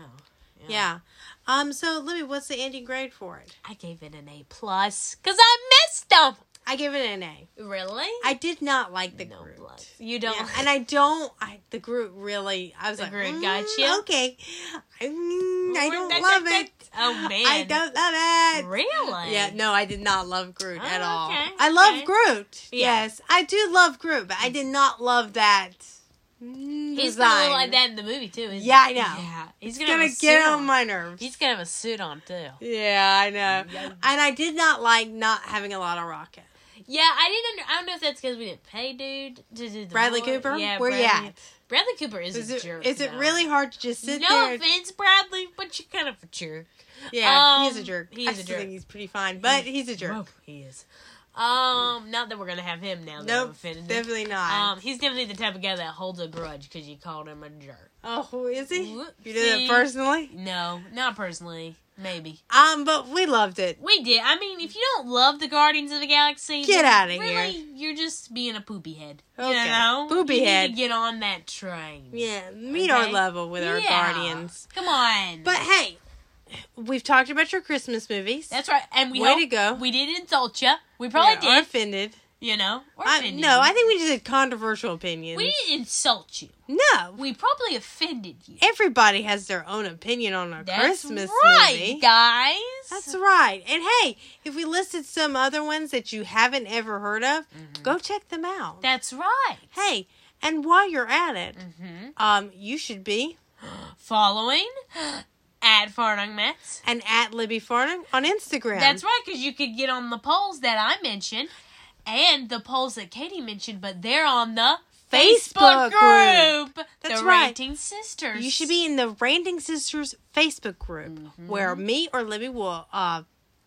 Yeah. Um. So, Libby, what's the ending grade for it?
I gave it an A plus because I missed them.
I give it an A.
Really?
I did not like the
no
Groot.
blood. You don't.
Yeah, and I don't. I the Groot really. I was
The
like,
Groot
mm,
got you?
Okay, I, mm, I don't love it.
Oh man.
I don't love it.
Really?
Yeah, no, I did not love Groot
Oh,
at all.
okay,
I love
okay.
Groot.
Yeah. Mm.
Yes, I do love Groot, but I did not love that. mm,
He's
design.
gonna look like that in the movie too. Isn't he?
Yeah, I know.
Yeah, he's gonna,
Gonna
have a
get
suit
on my nerves.
He's gonna have a suit on too.
yeah, I know.
Yikes.
And I did not like not having a lot of Rocket.
Yeah, I didn't. Under- I don't know if that's because we didn't pay dude to do the
Bradley
voice.
Cooper,
Yeah,
where
Bradley.
you at?
Bradley Cooper is,
Is
a
it,
jerk.
is it
though.
really hard to just sit
No
there?
offense, Bradley, but you're kind of a jerk.
Yeah,
Um,
he's a jerk.
he's
I
a
still
jerk.
think he's pretty fine, but he's a jerk.
Whoa, he is. Um, not that we're gonna have him now. That I've
Nope,
offended him.
definitely not.
Um, he's definitely the type of guy that holds a grudge because you called him a jerk.
oh, who is he?
whoopsie.
You did it personally?
No, not personally. Maybe.
Um, but we loved it.
We did. I mean, if you don't love the Guardians of the Galaxy,
Get
then
outta
really,
here.
You're just being a poopy head.
Okay.
You know?
Poopy
You need to
head.
get on that train.
Yeah, meet
Okay.
our level with our
Yeah.
guardians.
Come on.
But hey, we've talked about your Christmas movies.
that's right. And we
Way
hope
to go.
We did insult you. We probably
Yeah, Or
did.
offended.
You know. Or
I,
offended
no,
you.
I think we just had controversial opinions.
we didn't insult you.
no,
We probably offended you.
everybody has their own opinion on a
That's
Christmas
right,
movie.
guys.
That's right. And hey, if we listed some other ones that you haven't ever heard of,
Mm-hmm.
go check them out.
That's right.
hey, and while you're at it,
hmm
um, you should be
Following at Farnung Mets.
an at Libby Farnum on Instagram.
That's right, because you could get on the polls that I mentioned and the polls that Katie mentioned, but they're on the
Facebook
Facebook, group.
That's
the
right.
Ranting Sisters.
You should be in the Ranting Sisters Facebook group where me or Libby will uh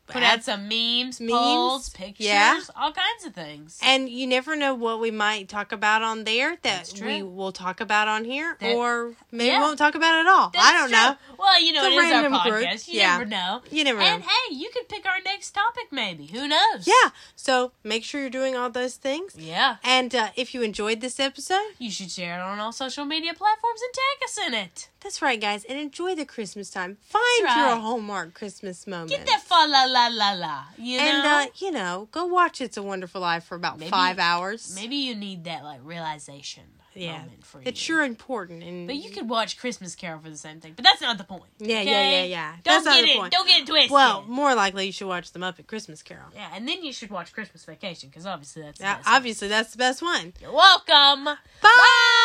Mm-hmm. put
add-
out some memes,
Memes,
polls, pictures,
yeah.
all kinds of things.
and you never know what we might talk about on there that
That's true.
we will talk about on here
That-
or maybe
yeah.
won't talk about at all. I
That's
don't
true.
know.
Well, you know,
It's
it's
a
our
random
podcast.
group.
You
Yeah.
never know.
You never
And
know.
hey, you could pick our next topic maybe. Who knows?
Yeah. So make sure you're doing all those things.
Yeah.
And uh, if you enjoyed this episode,
You should share it on all social media platforms and tag us in it.
that's right, guys, and enjoy the Christmas time. Find your
right.
hallmark Christmas moment.
Get that fa la la la la. You
and
know?
uh, you know, go watch It's a Wonderful Life for about
Maybe-
five hours.
Maybe you need that like realization
Yeah.
moment for you.
it's sure important. And
But you could watch Christmas Carol for the same thing. But that's not the point.
Yeah, yeah,
okay?
yeah, yeah.
Don't
That's not
get
the
it.
point.
Don't get it twisted.
Well, more likely you should watch them up at Christmas Carol.
yeah, and then you should watch Christmas Vacation because obviously that's the
Yeah,
best one.
obviously that's the best one.
You're welcome.
Bye.